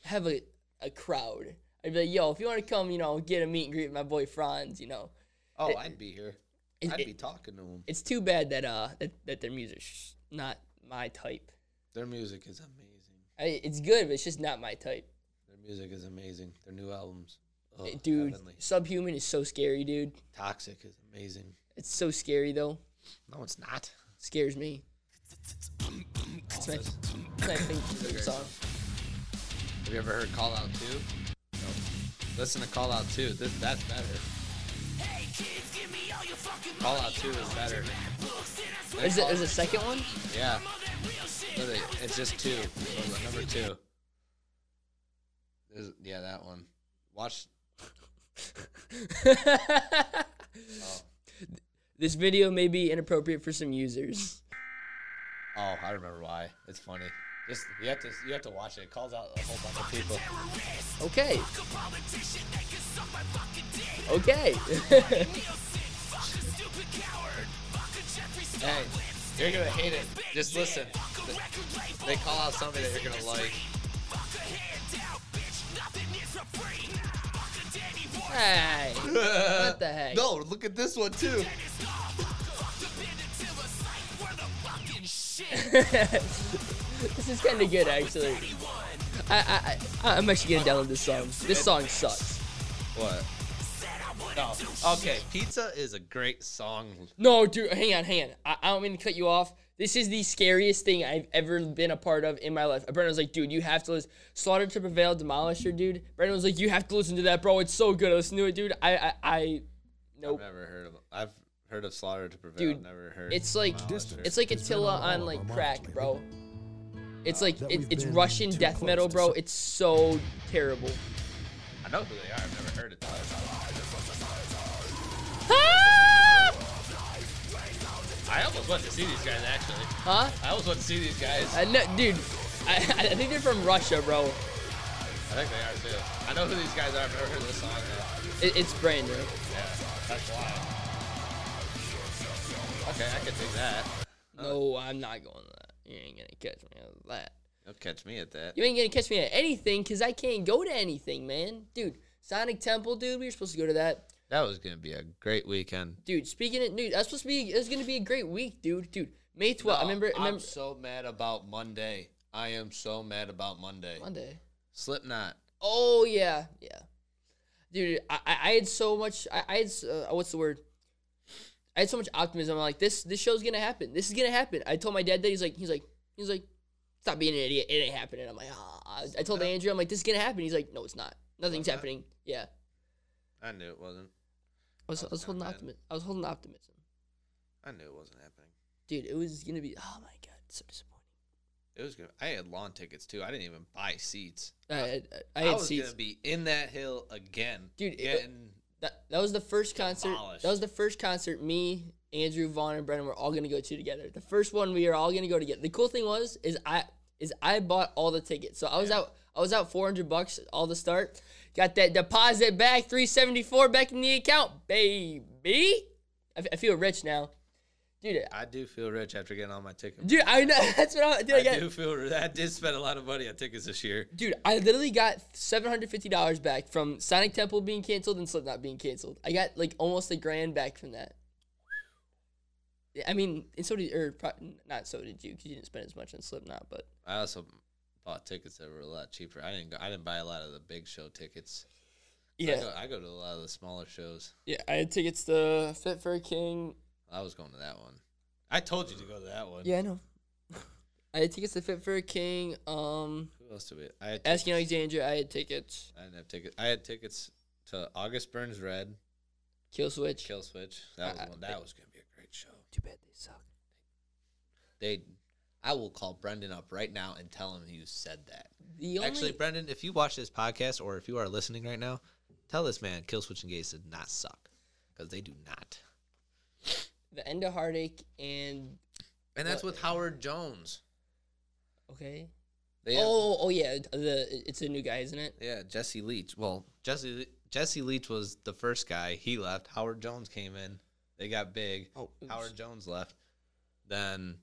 have a a crowd. I'd be like, "Yo, if you want to come, you know, get a meet and greet with my boy Franz, you know."
Oh, I'd be here.
It-
I'd
it-
be talking to him.
it's too bad that uh that, that their music's not my type.
Their music is amazing.
I, it's good, but it's just not my type.
Their music is amazing. Their new albums. Oh,
Eh, dude,
heavenly.
subhuman is so scary, dude.
Toxic is amazing.
It's so scary though.
No, it's not.
scares me. It's my, it's my favorite song.
Have you ever heard Call Out 2? No. Listen to Call Out 2. This, that's better. Call Out 2 is better.
There's a, there's a second one.
Yeah. Look at it. It's just two. So the number two. There's- yeah, that one. Watch.
This video may be inappropriate for some users.
Oh, I remember why. It's funny. Just you have to you have to watch it. It calls out a whole bunch of people.
Okay. Okay.
Hey, you're gonna hate it. Just listen. They call out somebody that you're gonna like.
hey. What the heck?
No, look at this one too.
This is kind of good actually. I I I- I'm actually gonna download this song. This song sucks.
What? No. Okay, pizza is a great song.
No, dude, hang on, hang on. I, I don't mean to cut you off. This is the scariest thing I've ever been a part of in my life. Brendan was like, dude, you have to listen. Slaughter to Prevail, Demolisher, dude. Brendan was like, you have to listen to that, bro. It's so good. I listen to it, dude. I, I, I
I've
nope.
never heard of. I've heard of Slaughter to Prevail.
Dude,
never heard.
It's like,
Demolisher.
it's like Attila
all
on
of our
like
minds
crack,
lately.
bro. It's like,
that
it,
we've
it's
been
Russian
too
death
close
metal,
to
bro.
some-
It's so terrible.
I know who they are. I've never heard of them. I almost went to see these guys actually.
Huh?
I almost went to see these guys.
I know, dude. I, I think they're from Russia, bro.
I think they are too. I know who these guys are. I've never heard of this song though.
It, it's brand new.
Yeah, that's why. Okay, I can take that.
No, I'm not going to that. You ain't gonna catch me on that.
Don't catch me at that.
You ain't gonna catch me at anything because I can't go to anything, man. Dude, Sonic Temple, dude, we were supposed to go to that.
That was gonna be a great weekend.
Dude, speaking of, dude, that's supposed to be, it's gonna be a great week, dude. Dude, May 12th, I remember, I
Oh, I'm
remember,
so mad about Monday. I am so mad about Monday.
Monday.
Slipknot.
Oh, yeah, yeah. Dude, I, I I had so much, I, I had, s- uh, what's the word? I had so much optimism. I'm like, this, this show's gonna happen. This is gonna happen. I told my dad that he's like, he's like, he's like, stop being an idiot. It ain't happening. I'm like, ah. I told Andrew, I'm like, this is gonna happen. He's like, no, it's not. Nothing's
not?
happening. Yeah.
I knew it wasn't.
I was, I
That's
was holding
not bad.
optimism. I was holding optimism.
I knew it wasn't happening.
Dude, it was gonna be. Oh my god, so disappointing.
It was good. I had lawn tickets too. I didn't even buy seats.
I had, I
I,
had
was
seats.
gonna be in that hill again,
Dude, it-
Getting
that, that was the first concert.
demolished.
That was the first concert. Me, Andrew, Vaughn, and Brennan were all gonna go to together. The first one we are all gonna go together. The cool thing was is I is I bought all the tickets. So I was out. I was out four hundred bucks all the start. Got that deposit back, three seventy four back in the account, baby. I, f- I feel rich now, dude. I,
I do feel rich after getting all my tickets.
dude, I know that's what I, dude, I,
I
got,
do feel. ri- I did spend a lot of money on tickets this year.
Dude, I literally got seven hundred fifty dollars back from Sonic Temple being canceled and Slipknot being canceled. I got like almost a grand back from that. Yeah, I mean, and so did or pro- not so did you because you didn't spend as much on Slipknot, but
I also bought tickets that were a lot cheaper. I didn't. Go, I didn't buy a lot of the big show tickets. I
yeah,
go, I go to a lot of the smaller shows.
yeah. I had tickets to Fit for a King.
I was going to that one. I told you to go to that one.
Yeah, I know. I had tickets to Fit for a King. Um,
Who else did we? I had
Asking
tickets.
Alexandria, I had tickets.
I didn't have tickets. I had tickets to August Burns Red,
Kill Switch.
Kill Switch. That
I-
was one, that was gonna be a great show.
Too bad they suck.
They, I will call Brendan up right now and tell him you said that.
The only
Actually, Brendan, if you watch this podcast or if you are listening right now, tell this man Kill Switch Engage did not suck because they do not.
the end of heartache and
And that's with Howard Jones.
okay.
They
Oh, oh yeah, the it's a new guy, isn't it?
Yeah, Jesse Leach. Well, Jesse Jesse Leach was the first guy. He left. Howard Jones came in. They got big. Oh, Howard Jones left. Then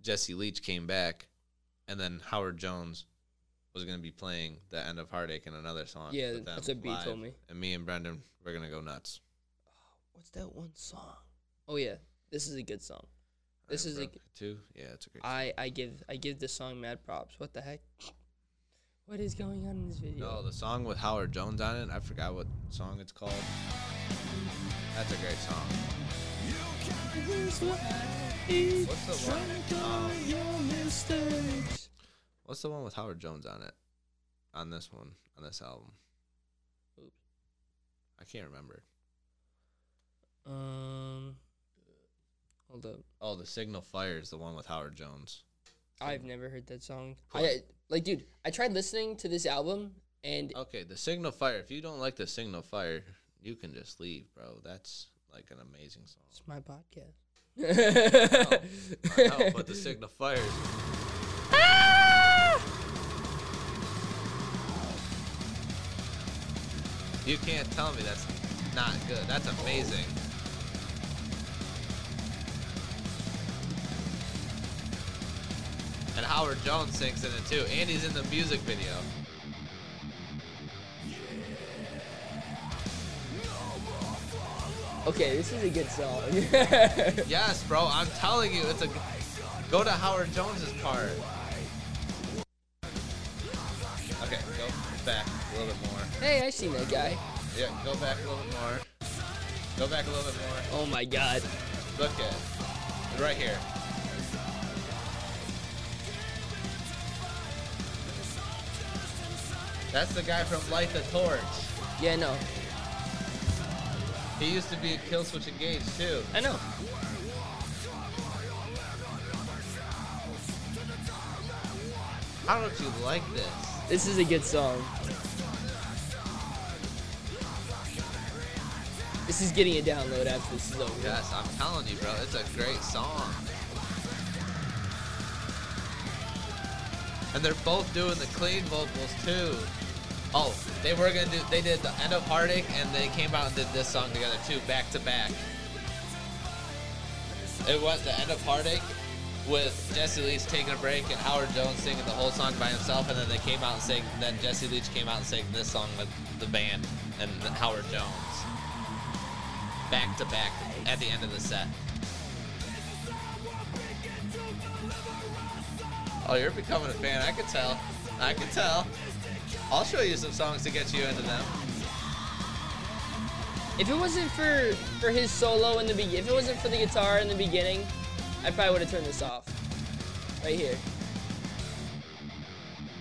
Jesse Leach came back, and then Howard Jones was going to be playing the end of heartache in another song.
Yeah,
with them
that's what B
live.
told me.
And me and Brendan, we're gonna go nuts.
What's that one song? Oh yeah, this is a good song. This
Right,
is a
bro? two. Yeah, it's a great.
I I give I give this song mad props. What the heck? What is going on in this video?
No, the song with Howard Jones on it. I forgot what song it's called. That's a great song. What's the one? um, what's the one with Howard Jones on it? On this one, on this album.
Oops.
I can't remember.
Um, hold up.
Oh, the Signal Fire is the one with Howard Jones.
I've never heard that song.
Cool.
I like, dude. I tried listening to this album, and
Okay, the Signal Fire. If you don't like the Signal Fire, you can just leave, bro. That's like an amazing song.
it's my podcast.
I know, but the Signal Fire. is- You can't tell me that's not good. That's amazing. And Howard Jones sings in it too, and he's in the music video.
okay, this is a good song.
Yes, bro, I'm telling you, it's a. Go to Howard Jones's part. Okay, go back a little bit more.
hey, I seen that guy.
Yeah, go back a little bit more. Go back a little bit more.
Oh my god.
Look at it. Right here. That's the guy from Light the Torch.
Yeah, no,
He used to be a Killswitch Engage too.
I know.
How don't you like this?
This is a good song. This is getting a download after this is over.
Yes, I'm telling you, bro. It's a great song. And they're both doing the clean vocals too. Oh, they were gonna do. They did the end of heartache, and they came out and did this song together too, back to back. It was the end of heartache with Jesse Leach taking a break and Howard Jones singing the whole song by himself, and then they came out and sang. Then Jesse Leach came out and sang this song with the band and Howard Jones, back to back at the end of the set. Oh, you're becoming a fan. I could tell. I could tell. I'll show you some songs to get you into them.
If it wasn't for for his solo in the be- if it wasn't for the guitar in the beginning, I probably would have turned this off. Right here.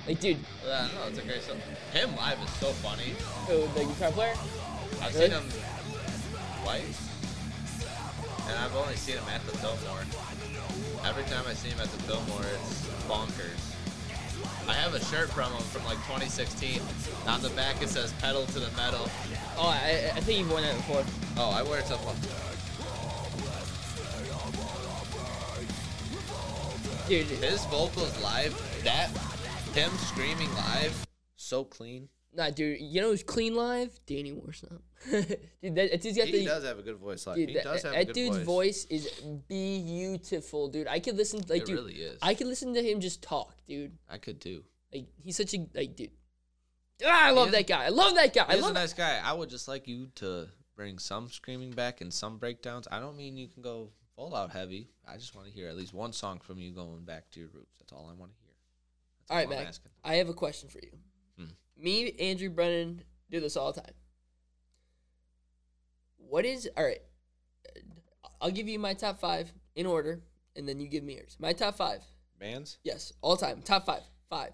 Like, dude,
Yeah, no, it's a great song. Him live is so funny.
who, oh, the guitar player?
I've
Really?
seen him twice, and I've only seen him at the Fillmore. Every time I see him at the Fillmore, it's bonkers. I have a shirt from him from like 2016. and On the back, it says "Pedal to the Metal."
Oh, I, I think you've won that before.
Oh, I wear it to.
Dude,
His vocals live, that him screaming live, so clean.
nah, dude, you know who's clean live? Danny Warsnop. dude, that, dude's got the.
have a good voice. Like
Dude, that, that dude's voice. is beautiful, dude. I could listen, like,
It
dude,
really is.
I could listen to him just talk, dude.
I could too.
Like, he's such a like, dude. Ah, I love
is-
that guy. I love that guy. I
He's
love
a nice guy. I would just like you to bring some screaming back and some breakdowns. I don't mean you can go full out heavy. I just want to hear at least one song from you going back to your roots. That's all I want to hear.
All right,
all I'm
Mac.
asking. Hmm.
I have a question for you. Me, Andrew Brennan do this all the time. What is all right? I'll give you my top five in order, and then you give me yours. My top five:
Bands?
Yes, all time. Top five. Five.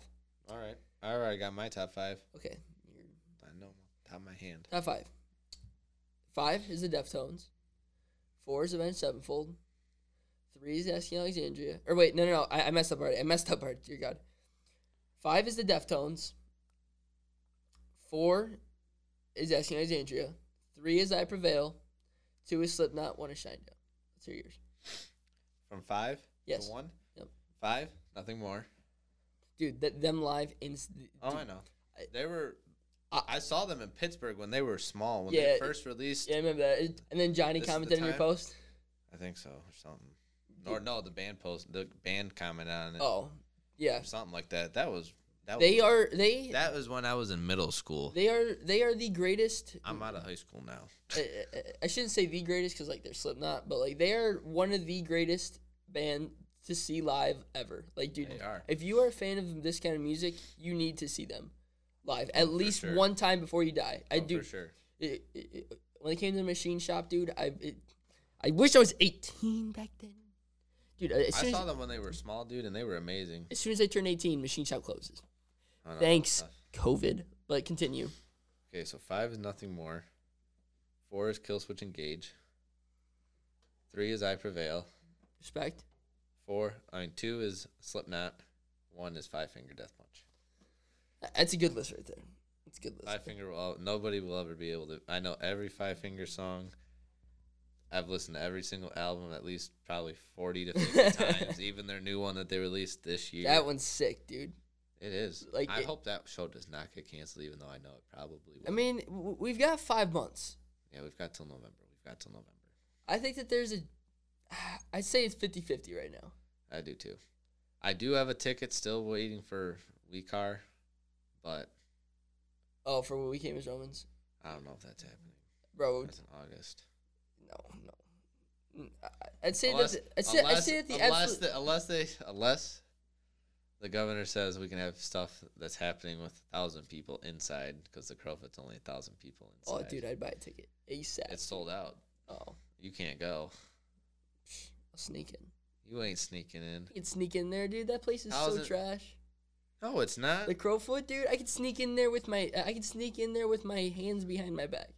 All right. I already got my top five.
Okay. You're
I know. Top of my hand.
Top five. Five is the Deftones. Four is Avenged Sevenfold. Three is Asking Alexandria. Or wait, no, no, no. I, I messed up already. I messed up already. Dear God. Five is the Deftones. Four is Asking Alexandria. Three is I Prevail. Two is Slipknot. One is Shinedown. That's your years.
From five
Yes.
to one?
Yep.
Five? Nothing more.
Dude, th- them live inst-
Oh,
dude,
I know.
I-
They were.
I-
I saw them in Pittsburgh when they were small. When
Yeah,
they first released,
Yeah, I remember that. It- And then Johnny
This is the
commented on your
time?
post.
I think so or something. Or no, the band post, the band commented on it,
Oh, yeah.
or something like that. That was that.
They
was,
are they
Oh. That was when I was in middle school.
they are they are the greatest
I'm out of high school now.
I, I- I shouldn't say the greatest because like they're Slipknot, but like they are one of the greatest band to see live ever. Like, dude,
They are.
if you are a fan of this kind of music, you need to see them live at least
Oh, sure.
one time before you die. I
Oh,
do.
for sure.
it- it- it- when they came to the machine shop, dude, I it, I wish I was eighteen back then, dude. As
I
soon
saw
as,
them when they were small, dude, and they were amazing.
as soon as I turn eighteen, machine shop closes.
I know.
Thanks, COVID. But continue.
Okay, so five is nothing more. Four is kill switch engage. Three is I prevail.
Respect.
Four, I mean two is Slipknot. One is Five Finger Death Punch.
That's a good list right there. It's a good list.
Five Finger will al- nobody will ever be able to. I know every Five Finger song. I've listened to every single album at least probably forty to fifty times, even their new one that they released this year.
That one's sick, dude.
it is.
like,
Like I
it-
hope that show does not get canceled, even though I know it probably will.
I mean, w- we've got five months.
yeah, we've got till November. We've got till November.
I think that there's a. I'd say it's 50 50 right now.
I do too. I do have a ticket still waiting for We Car, but
Oh, for what we came as Romans?
I don't know if that's happening.
Bro,
That's in August.
no, no. Mm, I- I'd say
Unless-
that. I'd say, I'd
unless-
say that the
unless
absolute.
the- unless they unless the governor says we can have stuff that's happening with a thousand people inside because the Crowfoot's only a thousand people
oh,
inside.
dude, I'd buy a ticket ASAP.
it's sold out.
oh, I'll
You can't go.
sneak in.
You ain't sneaking in.
I could sneak in there, dude. That place is
How's
so
it-
trash.
No, it's not.
The Crowfoot, dude. I could sneak in there with my. I could sneak in there with my hands behind my back.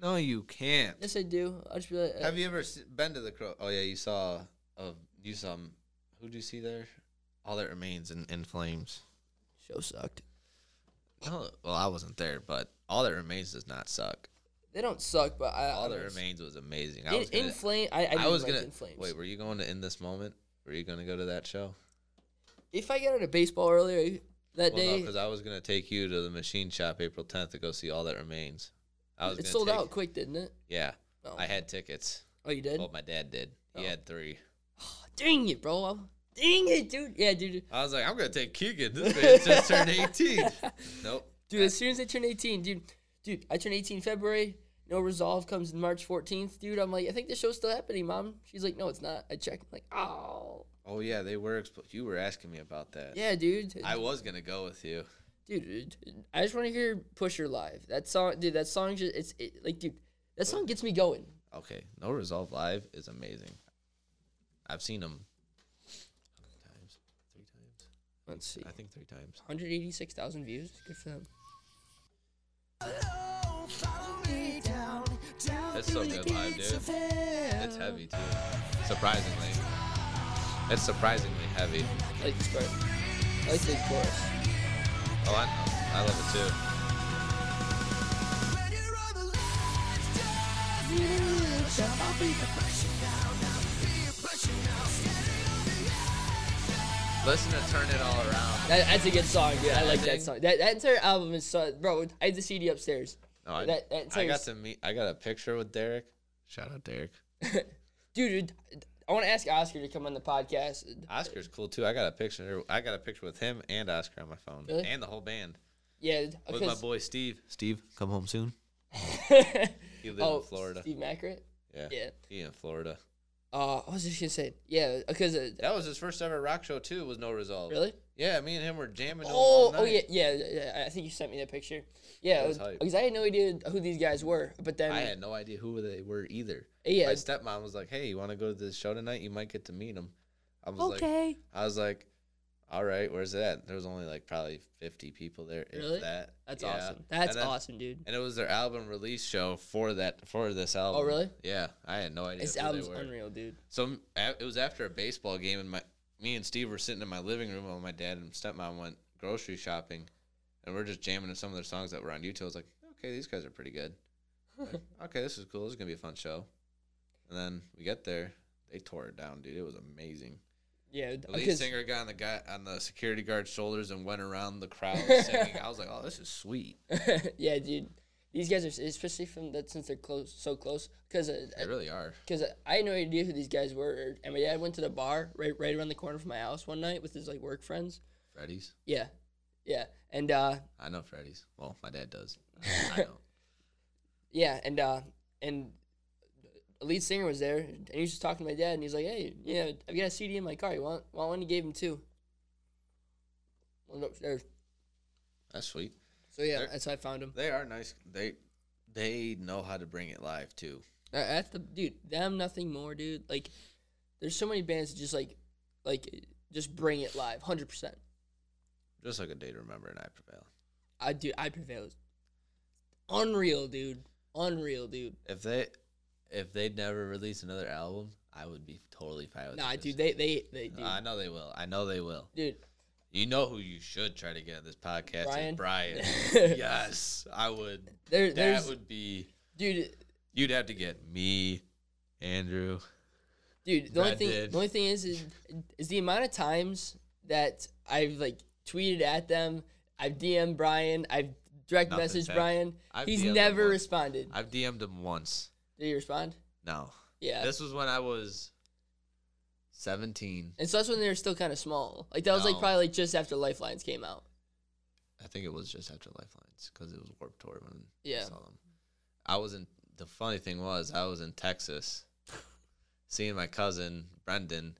no, you can't.
Yes, I do. I'll just be like, uh,
Have you ever se- been to the crow? Oh yeah, you saw. Uh, you saw. Who do you see there? All that remains in, in flames.
show sucked.
No, well, I wasn't there, but all that remains does not suck.
They don't suck, but I.
All
I
that
was-
remains was amazing. I
In,
was gonna,
in flame. I, I,
I,
didn't
was
like
gonna
in flames.
wait. Were you going to end this moment? Were you gonna go to that show?
if I got out of baseball earlier that
Well, no,
day,
because I was gonna take you to the machine shop April tenth to go see all that remains. I was
it
gonna
sold
take-
out quick, didn't it?
Yeah,
Oh.
I had tickets.
Oh, you did?
Well, my dad did. He
Oh.
had three.
Dang it, bro! I'm- Dang it, dude! Yeah, dude.
I was like, I'm gonna take Keegan. This man just turned 18. Nope.
Dude, as soon as I turn 18, dude, dude, I turn 18 February. No resolve comes in March 14th, dude. I'm like, I think the show's still happening, mom. She's like, no, it's not. I checked. I'm like, oh,
Oh yeah, they were. Expl- you were asking me about that.
yeah, dude.
I was gonna go with you.
dude, I just want to hear Pusher live. That song, dude. That song just, it's it, like, dude, that song gets me going.
Okay, No Resolve Live is amazing. I've seen them. Times, three times.
Let's see,
I think three times.
186,000 views. Good for them.
It's so good live, dude. It's heavy too. Surprisingly, it's surprisingly heavy.
I like this part. I like the chorus.
Oh, I know. I love it too. Listen to Turn It All Around.
That, that's a good song, dude. I like
Ending.
that song. That, that entire album is so, bro. I have the CD upstairs.
No, I,
That- that
I
entire
got
s-
to meet. I got a picture with Derek. Shout out Derek.
dude. dude, I want to ask Oscar to come on the podcast.
Oscar's cool too. I got a picture. I got a picture with him and Oscar on my phone,
Really?
and the whole band
Yeah,
with my
because
boy Steve. Steve, come home soon. He lives
oh,
in Florida.
Steve Mackert.
Yeah.
yeah.
He in Florida.
Uh, I was just gonna say, yeah, because uh,
That was his first ever rock show too. Was No Resolve.
really.
Yeah, me and him were jamming.
Oh,
all
oh yeah,
night.
yeah, yeah. I think you sent me that picture. Yeah, uh,
That was hype.
because I had no idea who these guys were, but then
I had no idea who they were either.
Yeah.
My stepmom was like, "Hey, you want to go to this show tonight? You might get to meet him." I was like, "I was like, all right, where's that? There was only like probably 50 people there. if
Really?
That.
That's
Yeah.
awesome. That's
And then-
awesome, dude.
And it was their album release show for that for this album.
Oh, really?
Yeah, I had no idea.
This
who they
album's
were.
unreal, dude.
So m- a- it was after a baseball game, and my me and Steve were sitting in my living room while my dad and stepmom went grocery shopping, and we're just jamming to some of their songs that were on YouTube. I was like, okay, these guys are pretty good. Like, okay, this is cool. This is gonna be a fun show. And then we get there, they tore it down, dude. It was amazing.
Yeah,
The lead
because
singer got on the guy on the security guard's shoulders and went around the crowd singing. I was like, oh, this is sweet.
yeah, dude. These guys are especially from that since they're close, so close. Because
They really are.
because uh, I had no idea who these guys were, and my dad went to the bar right right around the corner from my house one night with his like work friends.
Freddy's.
Yeah, yeah, and uh,
I know Freddy's. Well, my dad does. I know.
yeah, and uh, and a lead singer was there, and he was just talking to my dad, and he's like, "Hey, yeah, I've got a CD in my car. You want want one?" He gave him two. One upstairs.
That's sweet.
So yeah,
They're-
that's how I found him.
They are nice. They they know how to bring it live too.
Uh, That's the dude. Them nothing more, dude. Like, there's so many bands that just like, like, just bring it live, hundred percent.
Just like a day to remember and I prevail.
I do. I prevail. Unreal, dude. Unreal, dude.
If they if they never release another album, I would be totally fine with
Nah,
this.
dude. They, they, they,
No,
dude.
I know they will. I know they will.
dude.
You know who you should try to get on this podcast
Brian?
is Brian. yes, I would.
There,
That
there's,
would be.
dude,
You'd have to get me, Andrew.
dude. The only
Brad
thing,
did.
the only thing is, is, is the amount of times that I've like tweeted at them. I've DM Brian. I've direct
Nothing
messaged
back.
Brian.
I've
He's
DM'd him
never
once.
responded.
I've DM'd him once.
Did he respond?
No,
Yeah.
this was when I was seventeen.
And so that's when they were still kind of small. Like that was like
No.
probably like just after Lifelines came out.
I think it was just after Lifelines because it was Warped Tour when I
Yeah.
saw them. I was in. The funny thing was, I was in Texas, seeing my cousin Brendan,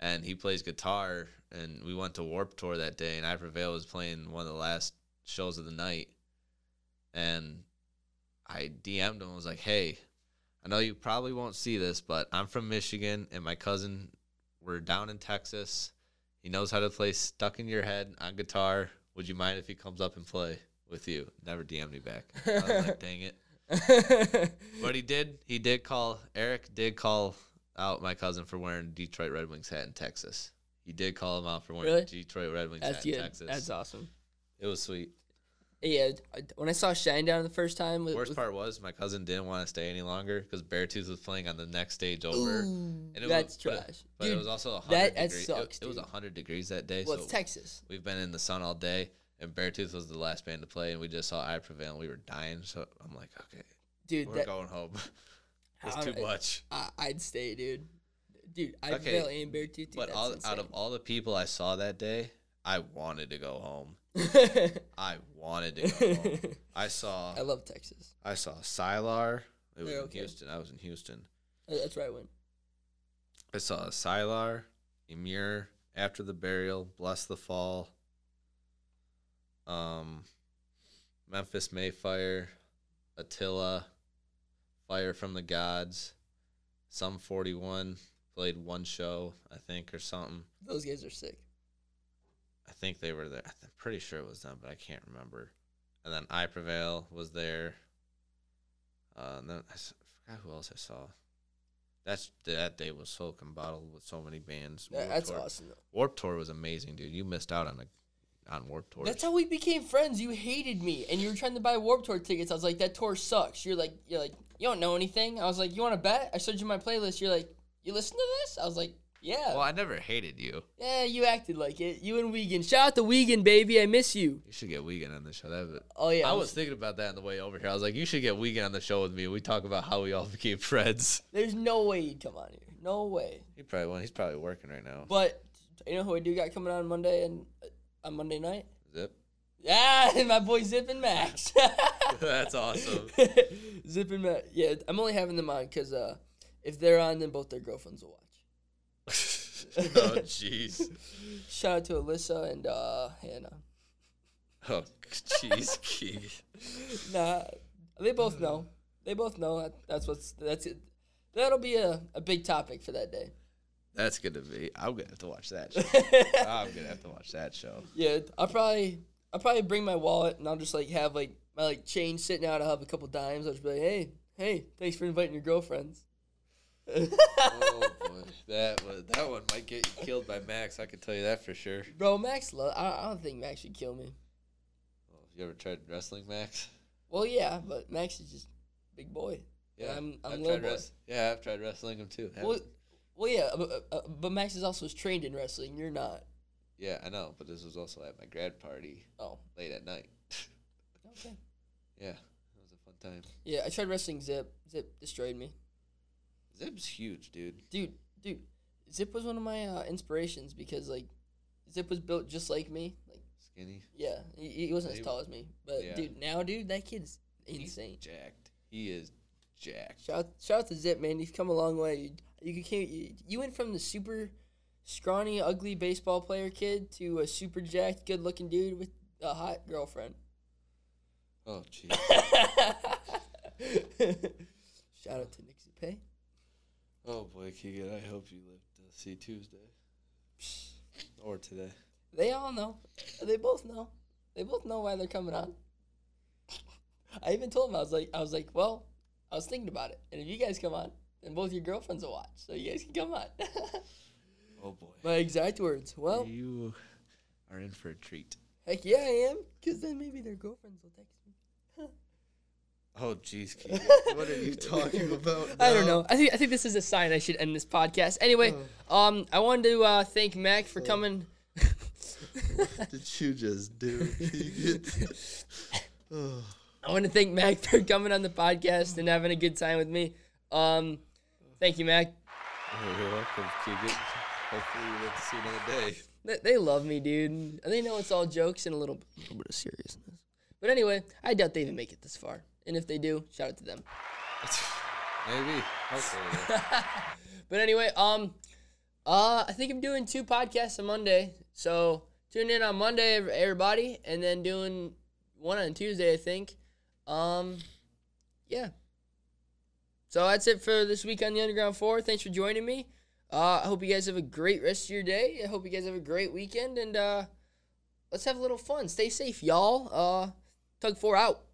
and he plays guitar. And we went to Warped Tour that day, and I Prevail was playing one of the last shows of the night. And I DM'd him and was like, "Hey, I know you probably won't see this, but I'm from Michigan, and my cousin, we're down in Texas. He knows how to play Stuck in Your Head on guitar. Would you mind if he comes up and play with you? Never DM'd me back. I was like, dang it. But he did. He did call. Eric did call out my cousin for wearing Detroit Red Wings hat in Texas. He did call him out for wearing
Really?
Detroit Red Wings
That's
hat
good.
in Texas.
That's awesome.
It was sweet.
Yeah. I- When I saw Shinedown the first time, with,
Worst
with-
part was my cousin didn't want to stay any longer because Beartooth was playing on the next stage over. and it
that's
but it-
trash.
But it
Dude,
was also 100
that- that
degrees. It-
sucks,
It, was
dude.
100 degrees that day.
well,
so
it's Texas.
we've been in the sun all day, and Beartooth was the last band to play, and we just saw I Prevail, and we were dying. So I'm like, okay,
Dude,
we're
that,
going home. it's
I
too
don't-
much.
I, I'd stay, dude. Dude, I'd
Okay,
fail and bear tooth.
but all, out of all the people I saw that day, I wanted to go home. I wanted to go home. I saw
I love Texas.
I saw Sylar. It was
They're
in
okay.
Houston. I was in Houston.
Uh, That's where I went.
I saw Sylar, Emir, After the Burial, Bless the Fall, um, Memphis Mayfire, Attila, Fire from the Gods, Some 41, played one show, I think, or something.
Those guys are sick.
I think they were there. I'm pretty sure it was them, but I can't remember. And then I Prevail was there. Uh, and then I s- forgot who else I saw. That's that day was so combottled with so many bands.
That-
Warped
that's
Tour.
awesome. Though.
Warp Tour was amazing, dude. You missed out on a on Warp Tour.
That's how we became friends. You hated me, and you were trying to buy Warp Tour tickets. I was like, "That tour sucks." You're like, "You're like, you don't know anything." I was like, "You want to bet?" I showed you my playlist. You're like, "You listen to this?" I was like, "Yeah."
well, I never hated you.
Yeah, you acted like it. You and Wiegand. Shout out to Wiegand, baby. I miss you.
You should get Wiegand on the show. That would-
Oh yeah,
I was thinking about that on the way over here. I was like, you should get Wiegand on the show with me. We talk about how we all became friends.
There's no way you'd come on here. No way.
He probably won't. He's probably working right now.
But you know who I do got coming on Monday and uh, on Monday night?
Zip.
Yeah, my boy Zip and Max.
That's awesome.
Zip and Max. Yeah, I'm only having them on because uh, if they're on, then both their girlfriends will watch.
oh jeez.
Shout out to Alyssa and uh, Hannah.
Oh jeez, Keegan.
Nah, they both know. They both know that that's what's that's it. That'll be a, a big topic for that day.
That's gonna be. I'm gonna have to watch that. Show. I'm gonna have to watch that show.
Yeah, I'll probably I'll probably bring my wallet and I'll just like have like my like change sitting out. I'll have a couple dimes. I'll just be like, hey, hey, thanks for inviting your girlfriends.
Oh boy, that one, that one might get you killed by Max. I can tell you that for sure.
Bro, Max, lo- I, I don't think Max should kill me.
Oh, you ever tried wrestling, Max?
Well, yeah, but Max is just big boy. Yeah, I'm, I'm
I've
little
tried
boy.
wrest- Yeah, I've tried wrestling him too.
Well,
Haven't-
well, yeah, but, uh, but Max is also trained in wrestling. You're not.
yeah, I know, but this was also at my grad party
Oh,
late at night.
okay.
yeah, it was a fun time.
Yeah, I tried wrestling Zip. Zip destroyed me.
Zip's huge, dude.
dude, dude, Zip was one of my uh, inspirations because like, Zip was built just like me. Like,
Skinny,
yeah, he, he wasn't
He-
as tall as me, but
yeah.
dude, now dude, that kid's
He's
insane.
jacked. He is jacked.
Shout shout out to Zip, man. You've come a long way. You you came you, you went from the super scrawny, ugly baseball player kid to a super jacked, good looking dude with a hot girlfriend.
Oh jeez.
shout out to Nixie Pay.
oh boy, Keegan. I hope you live to see Tuesday or today.
They all know. They both know. They both know why they're coming on. I even told them I was like, I was like, well, I was thinking about it, and if you guys come on, then both your girlfriends will watch, so you guys can come on.
Oh boy.
My exact words. Well,
You are in for a treat.
heck yeah, I am, because then maybe their girlfriends will text me.
Oh jeez, Keegan. what are you talking about?
I don't
now?
know. I think I think this is a sign I should end this podcast. Anyway, um, I wanted to uh, thank Mac for coming.
did you just do? Keegan?
I want to thank Mac for coming on the podcast and having a good time with me. Um, thank you, Mac.
Oh, you're welcome, Keegan. Hopefully you live to see another day.
They, they love me, dude. And They know it's all jokes and a little, little bit of seriousness. But anyway, I doubt they even make it this far. And if they do, shout out to them.
Maybe. Hopefully.
But anyway, um, uh, I think I'm doing two podcasts on Monday. So tune in on Monday, ev- everybody, and then doing one on Tuesday, I think. Um, yeah. So that's it for this week on the Underground Four. Thanks for joining me. Uh, I hope you guys have a great rest of your day. I hope you guys have a great weekend, and uh, let's have a little fun. Stay safe, y'all. Uh, Tug Four out.